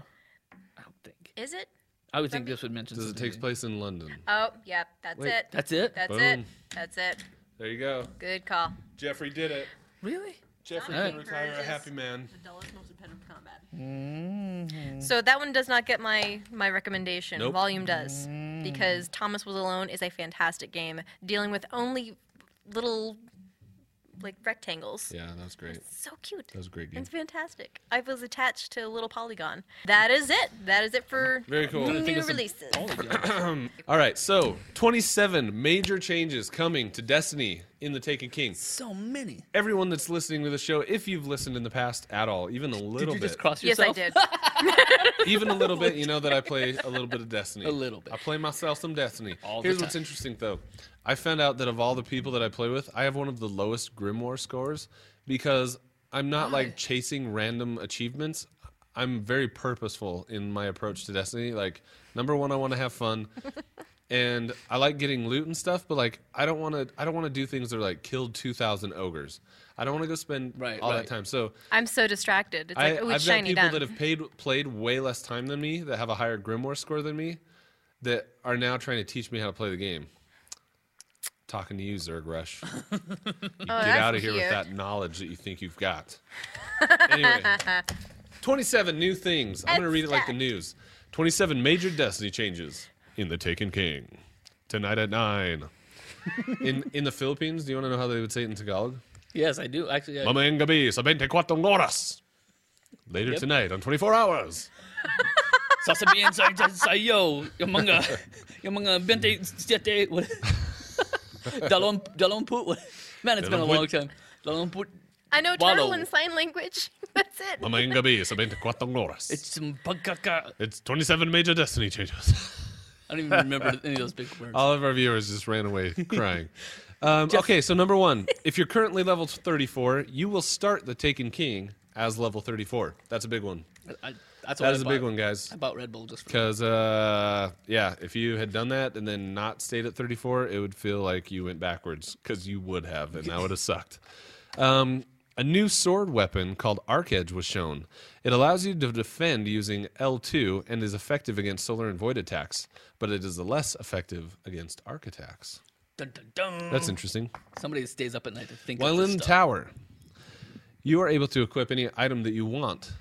I don't think. is it? I would think this would mention. Does it something. take place in London? Oh, yep, that's Wait, it. That's it. That's it. Boom. That's it. There you go. Good call. Jeffrey did it. really? Jeffrey Alright. can retire a happy man. Mm, So that one does not get my my recommendation. Nope. Volume does because Thomas Was Alone is a fantastic game dealing with only little like rectangles. Yeah, that's great. So cute. That was a great game. It's fantastic. I was attached to a little polygon. That is it. That is it for Very cool. new Gotta think of some- releases. All right, so 27 major changes coming to Destiny in the Taken King. So many. Everyone that's listening to the show, if you've listened in the past at all, even a Did little you bit, just cross Yes, I yourself? did. even a little bit, you know that I play a little bit of Destiny. A little bit. I play myself some Destiny. All the Here's what's time. interesting though. I found out that of all the people that I play with, I have one of the lowest Grimoire scores because I'm not like chasing random achievements. I'm very purposeful in my approach to Destiny. Like number one, I want to have fun. and I like getting loot and stuff, but like I don't want to. I don't want to do things that are like killed two thousand ogres. I don't want to go spend Right, all right. that time. So I'm so distracted. It's I, like, oh, I've it's got shiny people done. that have paid, played way less time than me that have a higher Grimoire score than me that are now trying to teach me how to play the game. Talking to you, Zerg Rush. You get Oh, that's out of here with cute. that knowledge that you think you've got. anyway, 27 new things. I'm going to Ed read it like the Stack. news. 27 major Destiny changes in The Taken King. Tonight at 9. in, in the Philippines, do you want to know how they would say it in Tagalog? Yes, I do. Actually, I, Mamayang gabi sa 24 oras. Later Yep. tonight on 24 hours. sasabihin sa, sa, sa'yo, yung mga, yung mga 27, what- dalon, dalonput, what- man, it's been a long Dalonput. time. Dalonput, I know Wallow. turtle in sign language. That's it. Mamayang gabi sa 24 oras. it's some pagkaka, It's 27 major destiny changes. I don't even remember any of those big words. All of our viewers just ran away crying. Um, okay, so number one, if you're currently level 34, you will start the Taken King as level 34. That's a big one. I, that's what That is I a bought. big one, guys. I bought Red Bull just for Because, uh, yeah, if you had done that and then not stayed at 34, it would feel like you went backwards because you would have, and that would have sucked. Um, a new sword weapon called Arc Edge was shown. It allows you to defend using L2 and is effective against solar and void attacks, but it is less effective against arc attacks. Dun, dun, dun. That's interesting. Somebody that stays up at night to think While of this in the stuff. tower, you are able to equip any item that you want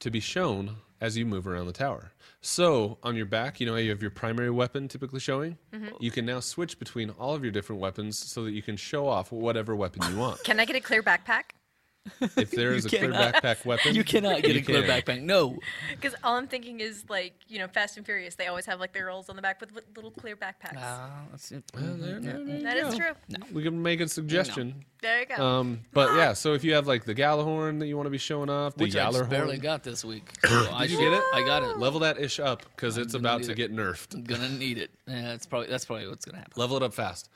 to be shown as you move around the tower. So on your back, you know how you have your primary weapon typically showing. Mm-hmm. You can now switch between all of your different weapons so that you can show off whatever weapon you want. Can I get a clear backpack? if there is a clear cannot- backpack weapon, You cannot get you a clear can. backpack. No. Because all I'm thinking is like, you know, Fast and Furious. They always have like their rolls on the back with, with little clear backpacks. There- there- there that you is go. true. We can make a suggestion. There you go. Um, but yeah, so if you have like the Galahorn that you want to be showing off, the Which I Yaller just barely horn, got this week. So I you should- get it? I got it. level that ish up because it's gonna about need to it. get nerfed. I'm gonna need it. Yeah, that's probably that's probably what's gonna happen. Level it up fast.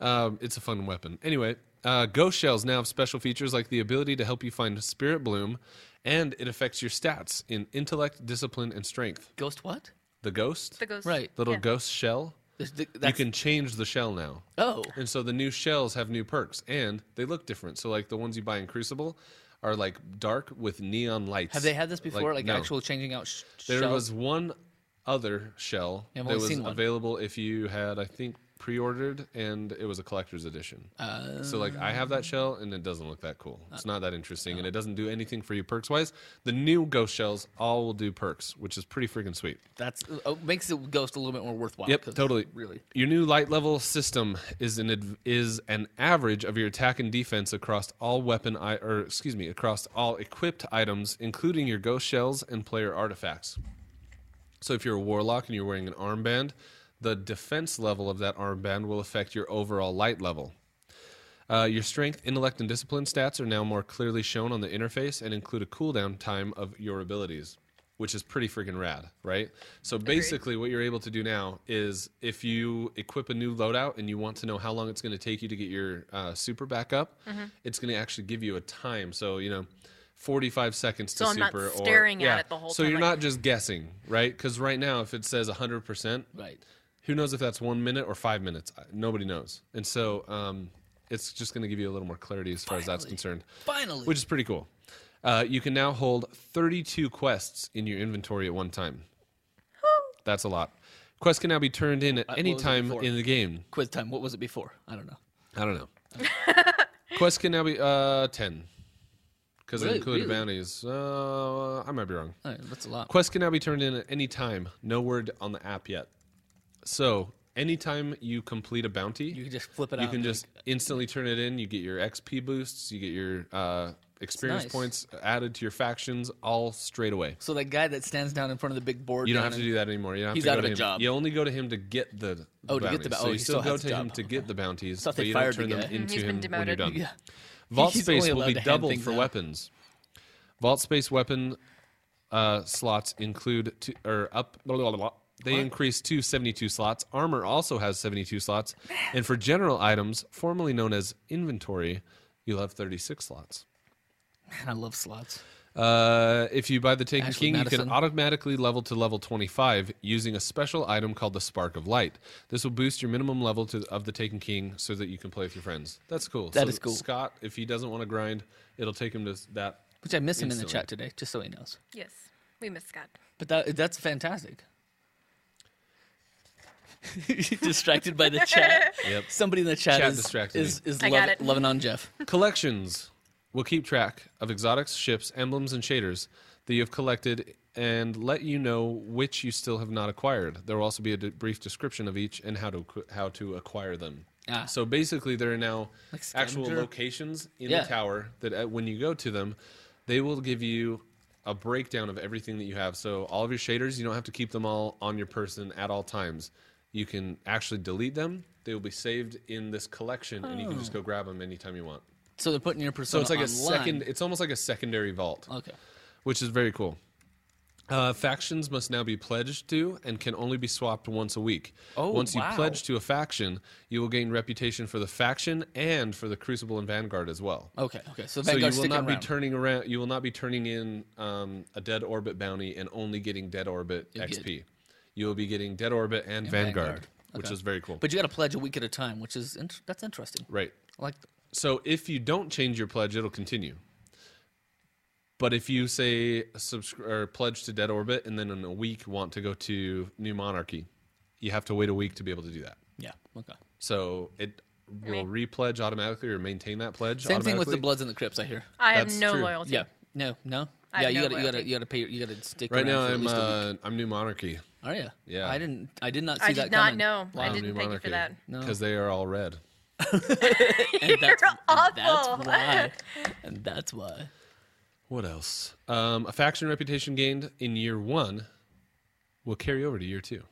Um, it's a fun weapon. Anyway, uh, ghost shells now have special features like the ability to help you find spirit bloom, and it affects your stats in intellect, discipline, and strength. Ghost what? The ghost, the ghost. right. little yeah. ghost shell, This- th- you that's- can change the shell now. Oh, And so the new shells have new perks, and they look different. So like the ones you buy in Crucible are like dark with neon lights. have they had this before? Like, no. actual changing out sh- There shells? was one other shell Yeah, that I've only was seen one. available if you had, I think, pre-ordered, and it was a collector's edition. so like, I have that shell, and it doesn't look that cool. It's not that interesting, and it doesn't do anything for you perks wise. The new ghost shells all will do perks, which is pretty freaking sweet. That's oh, makes the ghost a little bit more worthwhile. Yep, 'cause- totally. Really. your new light level system is an adv- is an average of your attack and defense across all weapon I- or excuse me across all equipped items, including your ghost shells and player artifacts. So if you're a warlock and you're wearing an armband, the defense level of that armband will affect your overall light level. Uh, your strength, intellect, and discipline stats are now more clearly shown on the interface and include a cooldown time of your abilities, which is pretty freaking rad, right? So basically, what you're able to do now is if you equip a new loadout and you want to know how long it's going to take you to get your uh, super back up, Mm-hmm. it's going to actually give you a time. So, you know, 45 seconds to So I'm not super. or- staring at it the whole So time, you're like- not just guessing, right? Because right now, if it says 100%, Right. who knows if that's one minute or five minutes? I- Nobody knows. And so um, it's just going to give you a little more clarity as far as that's Finally. concerned, Finally. which is pretty cool. Uh, you can now hold 32 quests in your inventory at one time. That's a lot. Quests can now be turned in at Uh, any what was it time before? in the game. quiz time. What was it before? I don't know. I don't know. quests can now be uh, 10 because Really? it included Really? bounties. Uh, I might be wrong. All right, that's a lot. Quests can now be turned in at any time. No word on the app yet. So anytime you complete a bounty, You can just flip it you out can and, just instantly turn it in. You get your XP boosts, you get your uh, experience nice. points added to your factions all straight away. So that guy that stands down in front of the big board. You don't down have to in- do that anymore. You don't have He's to go out of to a him. job. You only go to him to get the Oh, to get the bounties. bo- so oh, you he still, still go has to a him job. to get the bounties. thought but they you don't fired the turn guy. them Mhm, into he's been him when you're demoted. done. Yeah. Vault He's space only will allowed be to hand doubled things for out. weapons. Vault space weapon uh, slots include two, or up. Blah, blah, blah, blah. They increase to 72 slots. Armor also has 72 slots. And for general items, formerly known as inventory, you'll have 36 slots. Man, I love slots. Uh, if you buy the Taken Ashley King, you Madison. can automatically level to level 25 using a special item called the Spark of Light. This will boost your minimum level to, of the Taken King so that you can play with your friends. That's cool. That so is cool. Scott, if he doesn't want to grind, it'll take him to s- that. Which I miss him in the Instantly. chat today, just so he knows. Yes, we miss Scott. But that that's fantastic. Distracted by the chat. Yep. Somebody in the chat, Chat is, distracted is, is I got lov- it. loving on Jeff. Collections will keep track of exotics, ships, emblems, and shaders that you have collected and let you know which you still have not acquired. There will also be a de- brief description of each and how to acqu- how to acquire them. Ah. So basically, there are now Like actual scavenger? locations in Yeah. the tower that uh, when you go to them, they will give you a breakdown of everything that you have. So all of your shaders, you don't have to keep them all on your person at all times. You can actually delete them. They will be saved in this collection, and you can Oh. just go grab them anytime you want. So they're putting your So persona it's like a online. Uh, second. It's almost like a secondary vault, Okay. which is very cool. Uh, factions must now be pledged to and can only be swapped once a week. Oh, once wow. you pledge to a faction, you will gain reputation for the faction and for the Crucible and Vanguard as well. Okay. Okay. So you So, Oh, Vanguard's will sticking not be around. turning around. You will not be turning in um, a dead orbit bounty and only getting dead orbit XP. You will be getting dead orbit and, Vanguard, Vanguard. which Okay. is very cool. But you got to pledge a week at a time, which is int- that's interesting. right. I like So if you don't change your pledge, it'll continue. But if you say subscri- or pledge to Dead Orbit and then in a week want to go to New Monarchy, you have to wait a week to be able to do that. yeah. Okay. So it will repledge automatically or maintain that pledge. Same thing with the automatically. Bloods and the Crips. I hear. I have That's no true. loyalty. Yeah. No. No. I yeah. have You no gotta. You gotta. loyalty. You gotta pay. your- You gotta stick Right around now, for at I'm least a week. uh, I'm New Monarchy Are you? yeah. I didn't. I did not see I that. did not coming. know. I Wow. didn't New thank you for that. Monarchy. because they are all red. And that's, You're awful. That's why. And that's why. What else? Um, a faction reputation gained in year one will carry over to year two.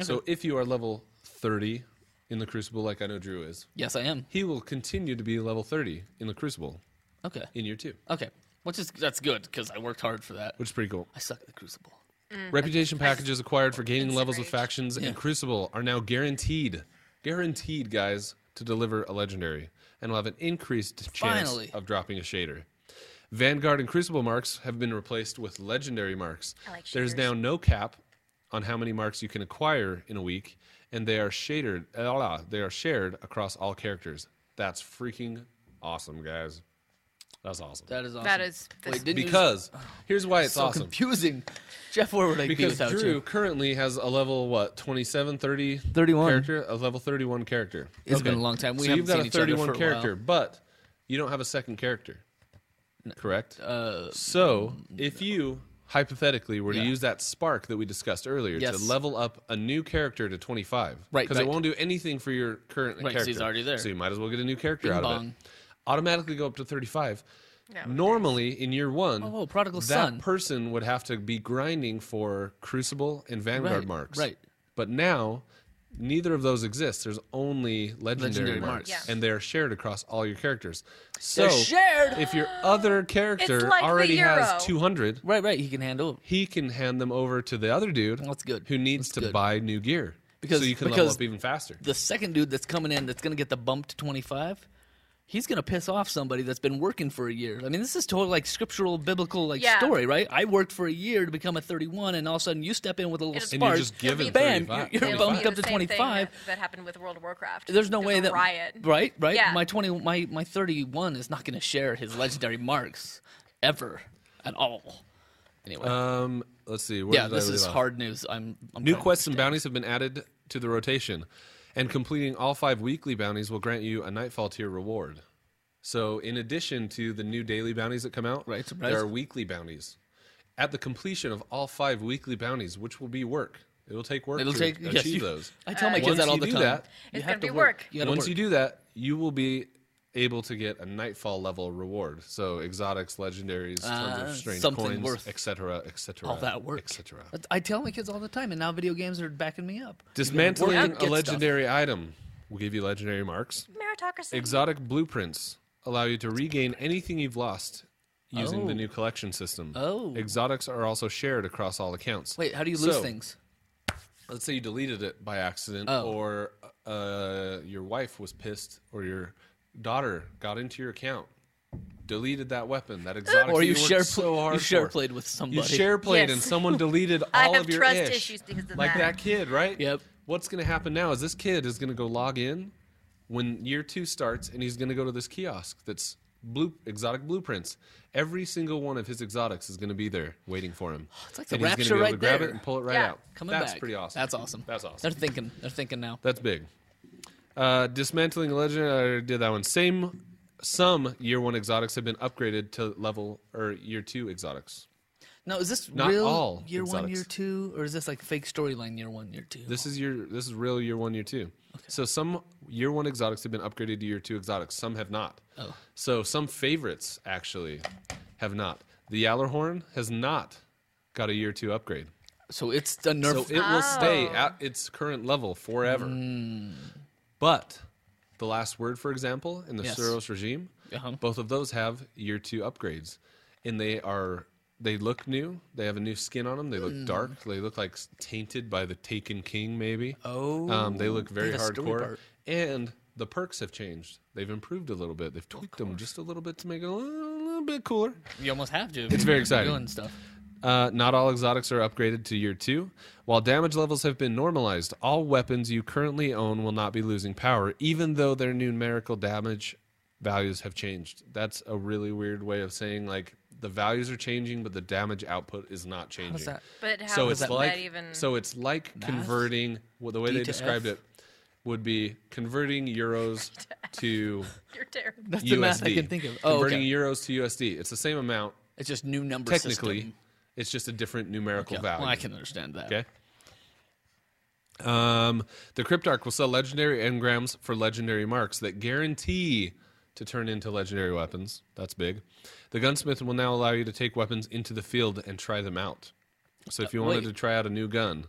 So if you are level 30 in the Crucible, like I know Drew is, Yes, I am. he will continue to be level 30 in the Crucible Okay. in year two, Okay. Which is that's good because I worked hard for that. which is pretty cool. I suck at the Crucible. Mm-hmm. Reputation packages acquired for gaining Instant levels with rage. factions in Crucible are now guaranteed, guaranteed, guys, to deliver a legendary, and will have an increased chance Finally. of dropping a shader. Vanguard and Crucible marks have been replaced with legendary marks. I like There's shaders. now no cap on how many marks you can acquire in a week, and they are shadered. ah, la, They are shared across all characters. That's freaking awesome, guys. That's awesome. That is awesome. That is- Wait, didn't you- because here's why it's so awesome confusing. Jeff, where would I be because without Drew you? currently has a level what 27 30 31. character a level 31 character It's It's been a long time. We so you've haven't got seen a each other 31 for a while. character but you don't have a second character correct uh, so if you hypothetically were mm, Yeah. to use that spark that we discussed earlier Yes. to level up a new character to 25 Right, because right. it won't do anything for your current Right, 'cause character he's already there. so you might as well get a new character out of it bong. automatically go up to 35 No, Normally, in year one, Oh, prodigal that son. person would have to be grinding for Crucible and Vanguard Right, marks. right. But now, neither of those exist. There's only legendary, Legendary marks, marks. Yeah. and they're shared across all your characters. So, They're shared. if your other character It's like the already Euro. has 200, Right, right. He can handle it. he can hand them over to the other dude. That's good. Who needs That's to good. buy new gear Because- so you can level because up even faster. The second dude that's coming in that's going to get the bump to 25, he's going to piss off somebody that's been working for a year. I mean, this is totally like scriptural, biblical like Yeah. story, right? I worked for a year to become a 31, and all of a sudden you step in with a little It'll- and you're spark. just given bam, 35. you're- you're It'll bumped be up the to same thing 25. that- That happened with World of Warcraft. There's no way a that riot. Right, right. Yeah. My twenty, my my thirty-one is not going to share his legendary marks ever at all. Anyway, Um, let's see. Where yeah, did I this leave is off? hard news. I'm, I'm New kinda- quests and bounties have been added to the rotation, and completing all five weekly bounties will grant you a Nightfall tier reward. So, in addition to the new daily bounties that come out, Right, surprise. there are weekly bounties. At the completion of all five weekly bounties, which will be work, It'll take work It'll to take achieve yes, you- those. I tell my Once kids that all you the do time. that- You It's have gonna to be work. work. You gotta Once work. you do that, you will be able to get a nightfall level reward. So exotics, legendaries, tons Ah, of strange something coins, worth etc., etc. all that work, etc. I tell my kids all the time, and now video games are backing me up. You gotta work Dismantling and a get legendary item will give you legendary marks. Meritocracy. Exotic blueprints allow you to regain anything you've lost using Oh. the new collection system. Oh. Exotics are also shared across all accounts. Stuff. Wait, how do you lose So, things? Let's say you deleted it by accident, Oh. or uh, your wife was pissed, or your daughter got into your account, deleted that weapon, that exotic. Or that you worked share so pl- hard you share for. played with somebody. You share played, Yes. and someone deleted all I have of your trust ish, issues because of like that. that. kid, right? Yep. What's going to happen now is this kid is going to go log in when year two starts, and he's going to go to this kiosk that's blue exotic blueprints. Every single one of his exotics is going to be there waiting for him. Oh, It's like the and he's gonna be rapture able right to grab there. it and pull it right Yeah. out. Coming that's back. pretty awesome. That's awesome. That's awesome. They're thinking. They're thinking now. That's big. Uh, dismantling a legend. I already did that one. Same. Some year one exotics have been upgraded to level or year two exotics. Now, is this Not real all year one, exotics. year two, or is this like fake storyline year one, year two? This is your this is real year one, year two. So some year one exotics have been upgraded to year two exotics. Some have not. Oh. So some favorites actually have not. The Yallerhorn has not got a year two upgrade. so it's a nerf. So it will stay Oh. at its current level forever. Hmm. But the last word, for example, in the Yes. Suros regime, Uh-huh. both of those have year two upgrades, and they are they look new. They have a new skin on them. They Hmm. look dark. They look like s- tainted by the Taken King, maybe. Oh, um, they look they very have a story hardcore. part. And the perks have changed. They've improved a little bit. They've tweaked them just a little bit to make it a little, little bit cooler. you almost have to. It's very exciting. Doing stuff. Uh, not all exotics are upgraded to year two. While damage levels have been normalized, all weapons you currently own will not be losing power, even though their numerical damage values have changed. That's a really weird way of saying like the values are changing, but the damage output is not changing. that- But how so it's is that like even- so it's like converting. Well, the way D they to described F? it would be converting euros to You're terrible. That's USD. the math I can think of. Oh, converting okay. euros to USD. It's the same amount It's just new number technically. system. It's just a different numerical Yeah, value. Well, I can understand that. Okay. Um, the Cryptarch will sell legendary engrams for legendary marks that guarantee to turn into legendary weapons. That's big. The gunsmith will now allow you to take weapons into the field and try them out. So if you wanted Uh, wait. to try out a new gun,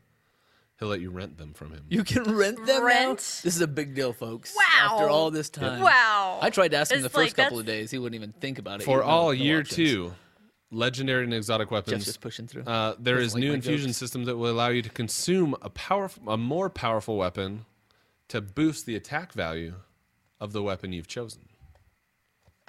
he'll let you rent them from him. You can rent them. now? Rent? This is a big deal, folks. Wow. After all this time. Wow. I tried to ask him It's the first like, couple that's- of days. He wouldn't even think about it. for even though all no year options. two, legendary and exotic weapons. Jeff's just pushing through. Uh, there Doesn't is like new my infusion jokes. system that will allow you to consume a powerful, a more powerful weapon to boost the attack value of the weapon you've chosen.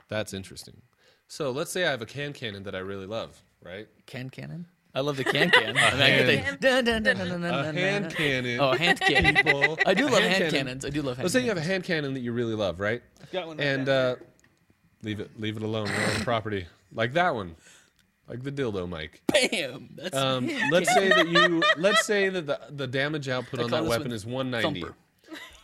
That's interesting. So let's say I have a can cannon that I really love, right? Can cannon. I love the can cannon. I mean, I get hand- the- dun, dun, dun, dun, dun, A dun, hand dun. cannon. Oh, hand cannon. people. I A do love hand cannons. I do love hand Let's say you have a hand cannon that you really love, right? got one right And uh, down leave it, leave it alone. We're on property, like that one, like the dildo mic. Bam. That's Um, let's say that you let's say that the, the damage output on call that this weapon one is 190 thumper.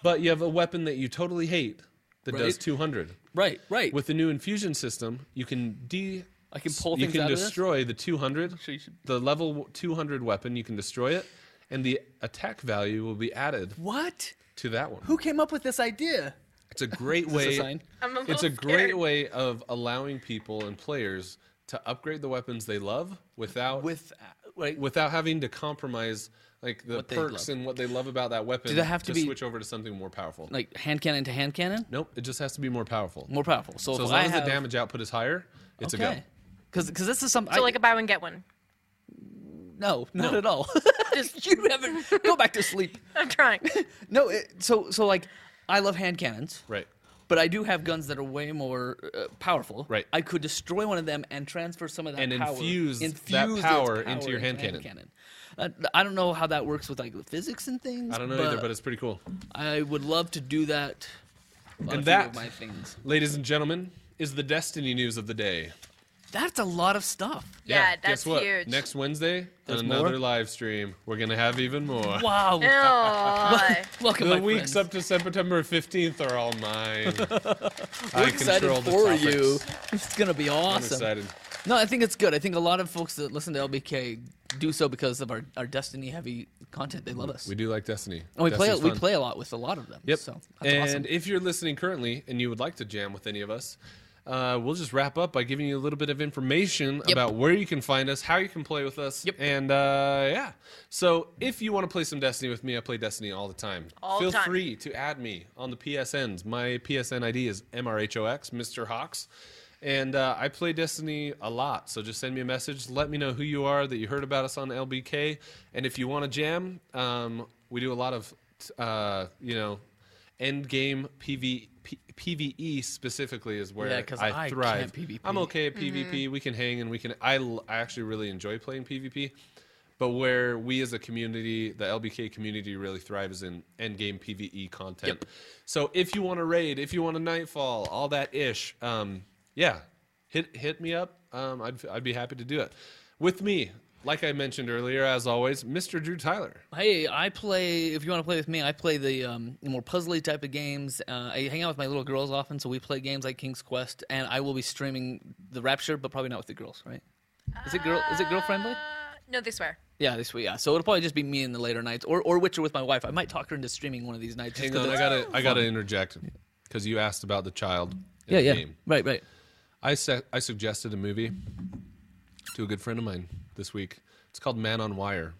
but you have a weapon that you totally hate that does Right. 200 right. Right. with the new infusion system you can de I can pull you things can out of this? destroy the 200 So you should- the level 200 weapon you can destroy it and the attack value will be added what? to that one Who came up with this idea? it's a great this a way. sign? I'm a it's a little great scared. way of allowing people and players to upgrade the weapons they love without With uh, like without having to compromise like the What they perks love. and what they love about that weapon. Do they have to be- switch over to something more powerful? like hand cannon to hand cannon. nope, it just has to be more powerful. More powerful. So, so if as I long as have, the damage output is higher, it's a go. okay. Because this is something. So like a buy one get one. no, not at all. you haven't go back to sleep. I'm trying. No, it, so so like I love hand cannons. Right. But I do have guns that are way more uh, powerful. Right. I could destroy one of them and transfer some of that And power, infuse that its power into your hand cannon. Uh, I don't know how that works with like the physics and things. I don't know but either, but it's pretty cool. I would love to do that. on And a few of that- my things. Ladies and gentlemen, is the Destiny news of the day. That's a lot of stuff. Yeah, that's Guess what? huge. Next Wednesday, There's another more? live stream. We're gonna have even more. Wow. Oh, Welcome, The my weeks friends. up to September 15th are all mine. I We're excited control the for topics. you. It's gonna be I'm awesome. excited. No, I think it's good. I think a lot of folks that listen to LBK do so because of our, our Destiny heavy content. They love us. We do like Destiny. and we play Destiny's we fun. play a lot with a lot of them. Yep. So that's and awesome. if you're listening currently and you would like to jam with any of us, uh, we'll just wrap up by giving you a little bit of information about where you can find us, how you can play with us, Yep. and uh, yeah. So if you want to play some Destiny with me, I play Destiny all the time. All the Feel time. free to add me on the PSNs. My PSN ID is MRHOX, Mr. Hawks. And uh, I play Destiny a lot, so just send me a message. Let me know who you are that you heard about us on LBK, and if you want to jam, um, we do a lot of t- uh, you know end game PV, P- PVE specifically is where Yeah, 'cause I, I thrive. can't PvP. I'm okay at PvP. We can hang and we can. I, l- I actually really enjoy playing PvP, but where we as a community, the LBK community, really thrive is in end game PVE E content. So if you want to raid, if you want a nightfall, all that ish, um, yeah, hit hit me up. Um, I'd I'd be happy to do it with me. Like I mentioned earlier, as always, Mr. Drew Tyler. Hey, I play. If you want to play with me, I play the um, more puzzly type of games. Uh, I hang out with my little girls often, so we play games like King's Quest. And I will be streaming The Rapture, but probably not with the girls, right? Is it girl? Is it girl friendly? no, they swear. Yeah, this week. Yeah, so it'll probably just be me in the later nights, or or Witcher with my wife. I might talk her into streaming one of these nights. Hang just 'cause on, I it's- gotta I gotta interject because you asked about the child. in Yeah, the yeah, game. right, right. I se- I suggested a movie to a good friend of mine this week. It's called Man on Wire.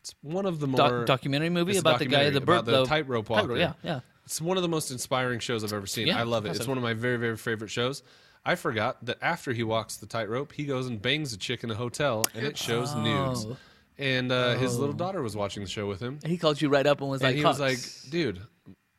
It's one of the more Doc- documentary movie It's a about the guy, documentary the bird, about the tightrope walker. tightrope, yeah, yeah. It's one of the most inspiring shows I've ever seen. Yeah, I love it. It's awesome. one of my very very favorite shows. I forgot that after he walks the tightrope, he goes and bangs a chick in a hotel, and it shows Oh. nudes. And uh, his little daughter was watching the show with him, He called you right up and was and like, he "Cox." was like, "Dude,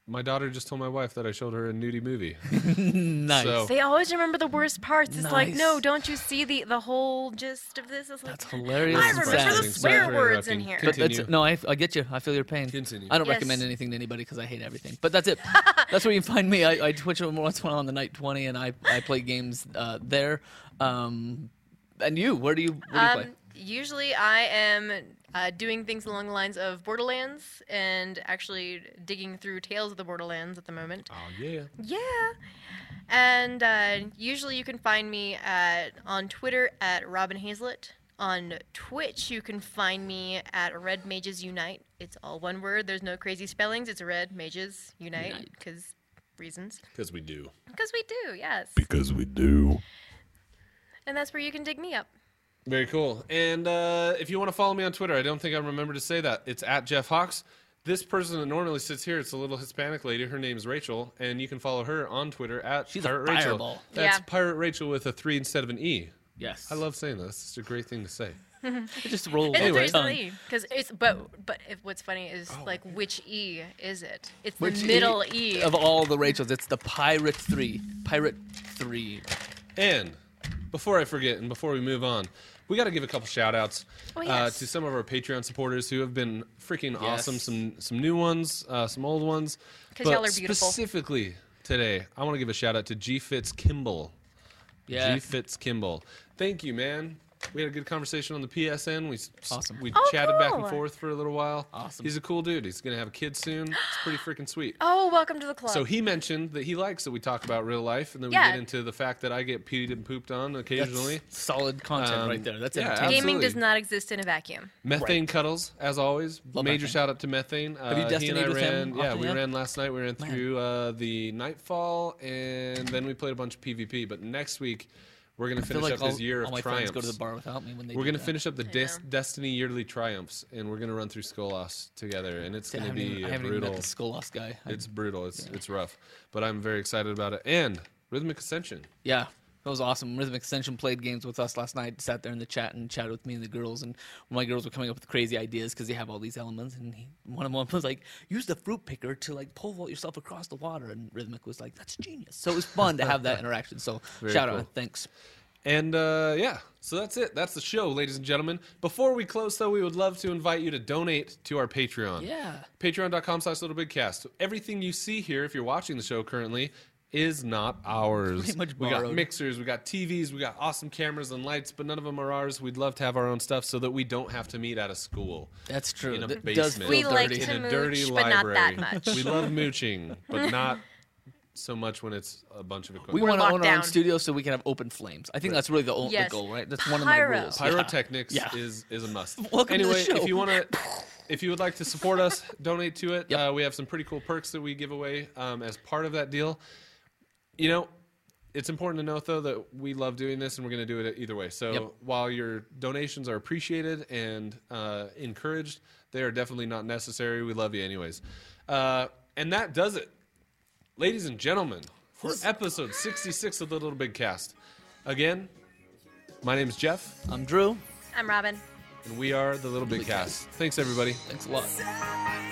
my daughter just told my wife that I showed her a nudie movie." nice." so- They always remember the worst parts. It's like, Oh. Nice. no, don't you see the the whole gist of this? It's like, That's hilarious. I and remember sad. the Sorry for swear words in interrupting. here. But that's Continue. no, I, I get you. I feel your pain. Continue. I don't Yes. recommend anything to anybody because I hate everything. But that's it. that's where you find me. I, I Twitch once when I'm on the night twenty, and I, I play games uh, there. Um, and you, where do you, where do you play? Um, usually, I am uh, doing things along the lines of Borderlands and actually digging through Tales of the Borderlands at the moment. Oh yeah. Yeah. And uh, usually, you can find me at on Twitter at Robin Hazlett. On Twitch, you can find me at Red Mages Unite. It's all one word. There's no crazy spellings. It's Red Mages Unite Unite. because reasons. Because we do. Because we do, yes. Because we do. And that's where you can dig me up. Very cool. And uh, if you want to follow me on Twitter, I don't think I remember to say that. It's at Jeff Hawks. This person that normally sits here, it's a little Hispanic lady. Her name's Rachel, and you can follow her on Twitter at She's a Pirate Rachel. fireball. That's Yeah. Pirate Rachel with a three instead of an E. Yes, I love saying that. That's just a great thing to say. it. Just roll It's off Anyway. Oh, your anyway, tongue. because it's but but if, what's funny is like which E is it? It's Which the middle E- E. of all the Rachels? It's the Pirate Three. Pirate Three. And before I forget, and before we move on, we got to give a couple shout outs Oh, uh, yes. to some of our Patreon supporters who have been freaking awesome. Yes. Some some new ones, uh, some old ones. 'Cause But y'all are beautiful. Specifically today, I want to give a shout out to G Fitz Kimball. Yeah. G Fitz Kimball. Thank you, man. We had a good conversation on the PSN. We s- Awesome. we Oh, chatted back and cool. forth for a little while. Awesome. He's a cool dude. He's gonna have a kid soon. It's pretty freaking sweet. Oh, welcome to the club. So he mentioned that he likes that we talk about real life, and then we Yeah. get into the fact that I get peed and pooped on That's occasionally. solid content Um, right there. That's yeah, entertaining. absolutely. Gaming does not exist in a vacuum. Methane cuddles, as always. Love Major Methane. shout out to Methane. Uh, you he and destinated I with ran, him Yeah, often we yet? ran last night. We ran through uh, the Nightfall, and then we played a bunch of PvP. But next week, we're gonna I feel finish like up all, this year all of my triumphs. friends go to the bar without me when they. We're do gonna that. finish up the Des- know. Destiny yearly triumphs, and we're gonna run through Skolas together, and it's I gonna haven't, be even, I a haven't even met brutal. the Skolas guy. I- It's brutal. It's it's rough, but I'm very excited about it. And Rhythmic Ascension. Yeah, that was awesome. Rhythmic Extension played games with us last night. Sat there in the chat and chatted with me and the girls. And my girls were coming up with crazy ideas because they have all these elements. And he, one of them was like, "Use the fruit picker to like pole vault yourself across the water." And Rhythmic was like, "That's genius." So it was fun to have that interaction. So Very shout cool. out, thanks. And uh, yeah, so that's it. That's the show, ladies and gentlemen. Before we close, though, we would love to invite you to donate to our Patreon. Yeah. Patreon.com slash Little Big Cast. Everything you see here, if you're watching the show currently, is not ours. Pretty much we got borrowed. mixers, we got TVs, we got awesome cameras and lights, but none of them are ours. We'd love to have our own stuff so that we don't have to meet out of school. That's true. In a That does basement. feel We like dirty. to in a mooch, dirty but not library. that much. We love mooching, but not so much when it's a bunch of We equipment. We're want to own locked our own down. studio so we can have open flames. I think that's really the, o- Yes. the goal, right? That's one of my Pyro. rules. Pyrotechnics Yeah. is is a must. Welcome to the anyway, show. if you want to, if you would like to support us, donate to it. Yep. Uh, we have some pretty cool perks that we give away um, as part of that deal. You know, it's important to note though that we love doing this, and we're going to do it either way. So Yep. while your donations are appreciated and uh, encouraged, they are definitely not necessary. We love you anyways, uh, and that does it, ladies and gentlemen, for episode sixty-six of the Little Big Cast. Again, my name's Jeff. I'm Drew. I'm Robin. And we are the Little Big Big Cast. Thanks, everybody. Thanks a lot. Inside.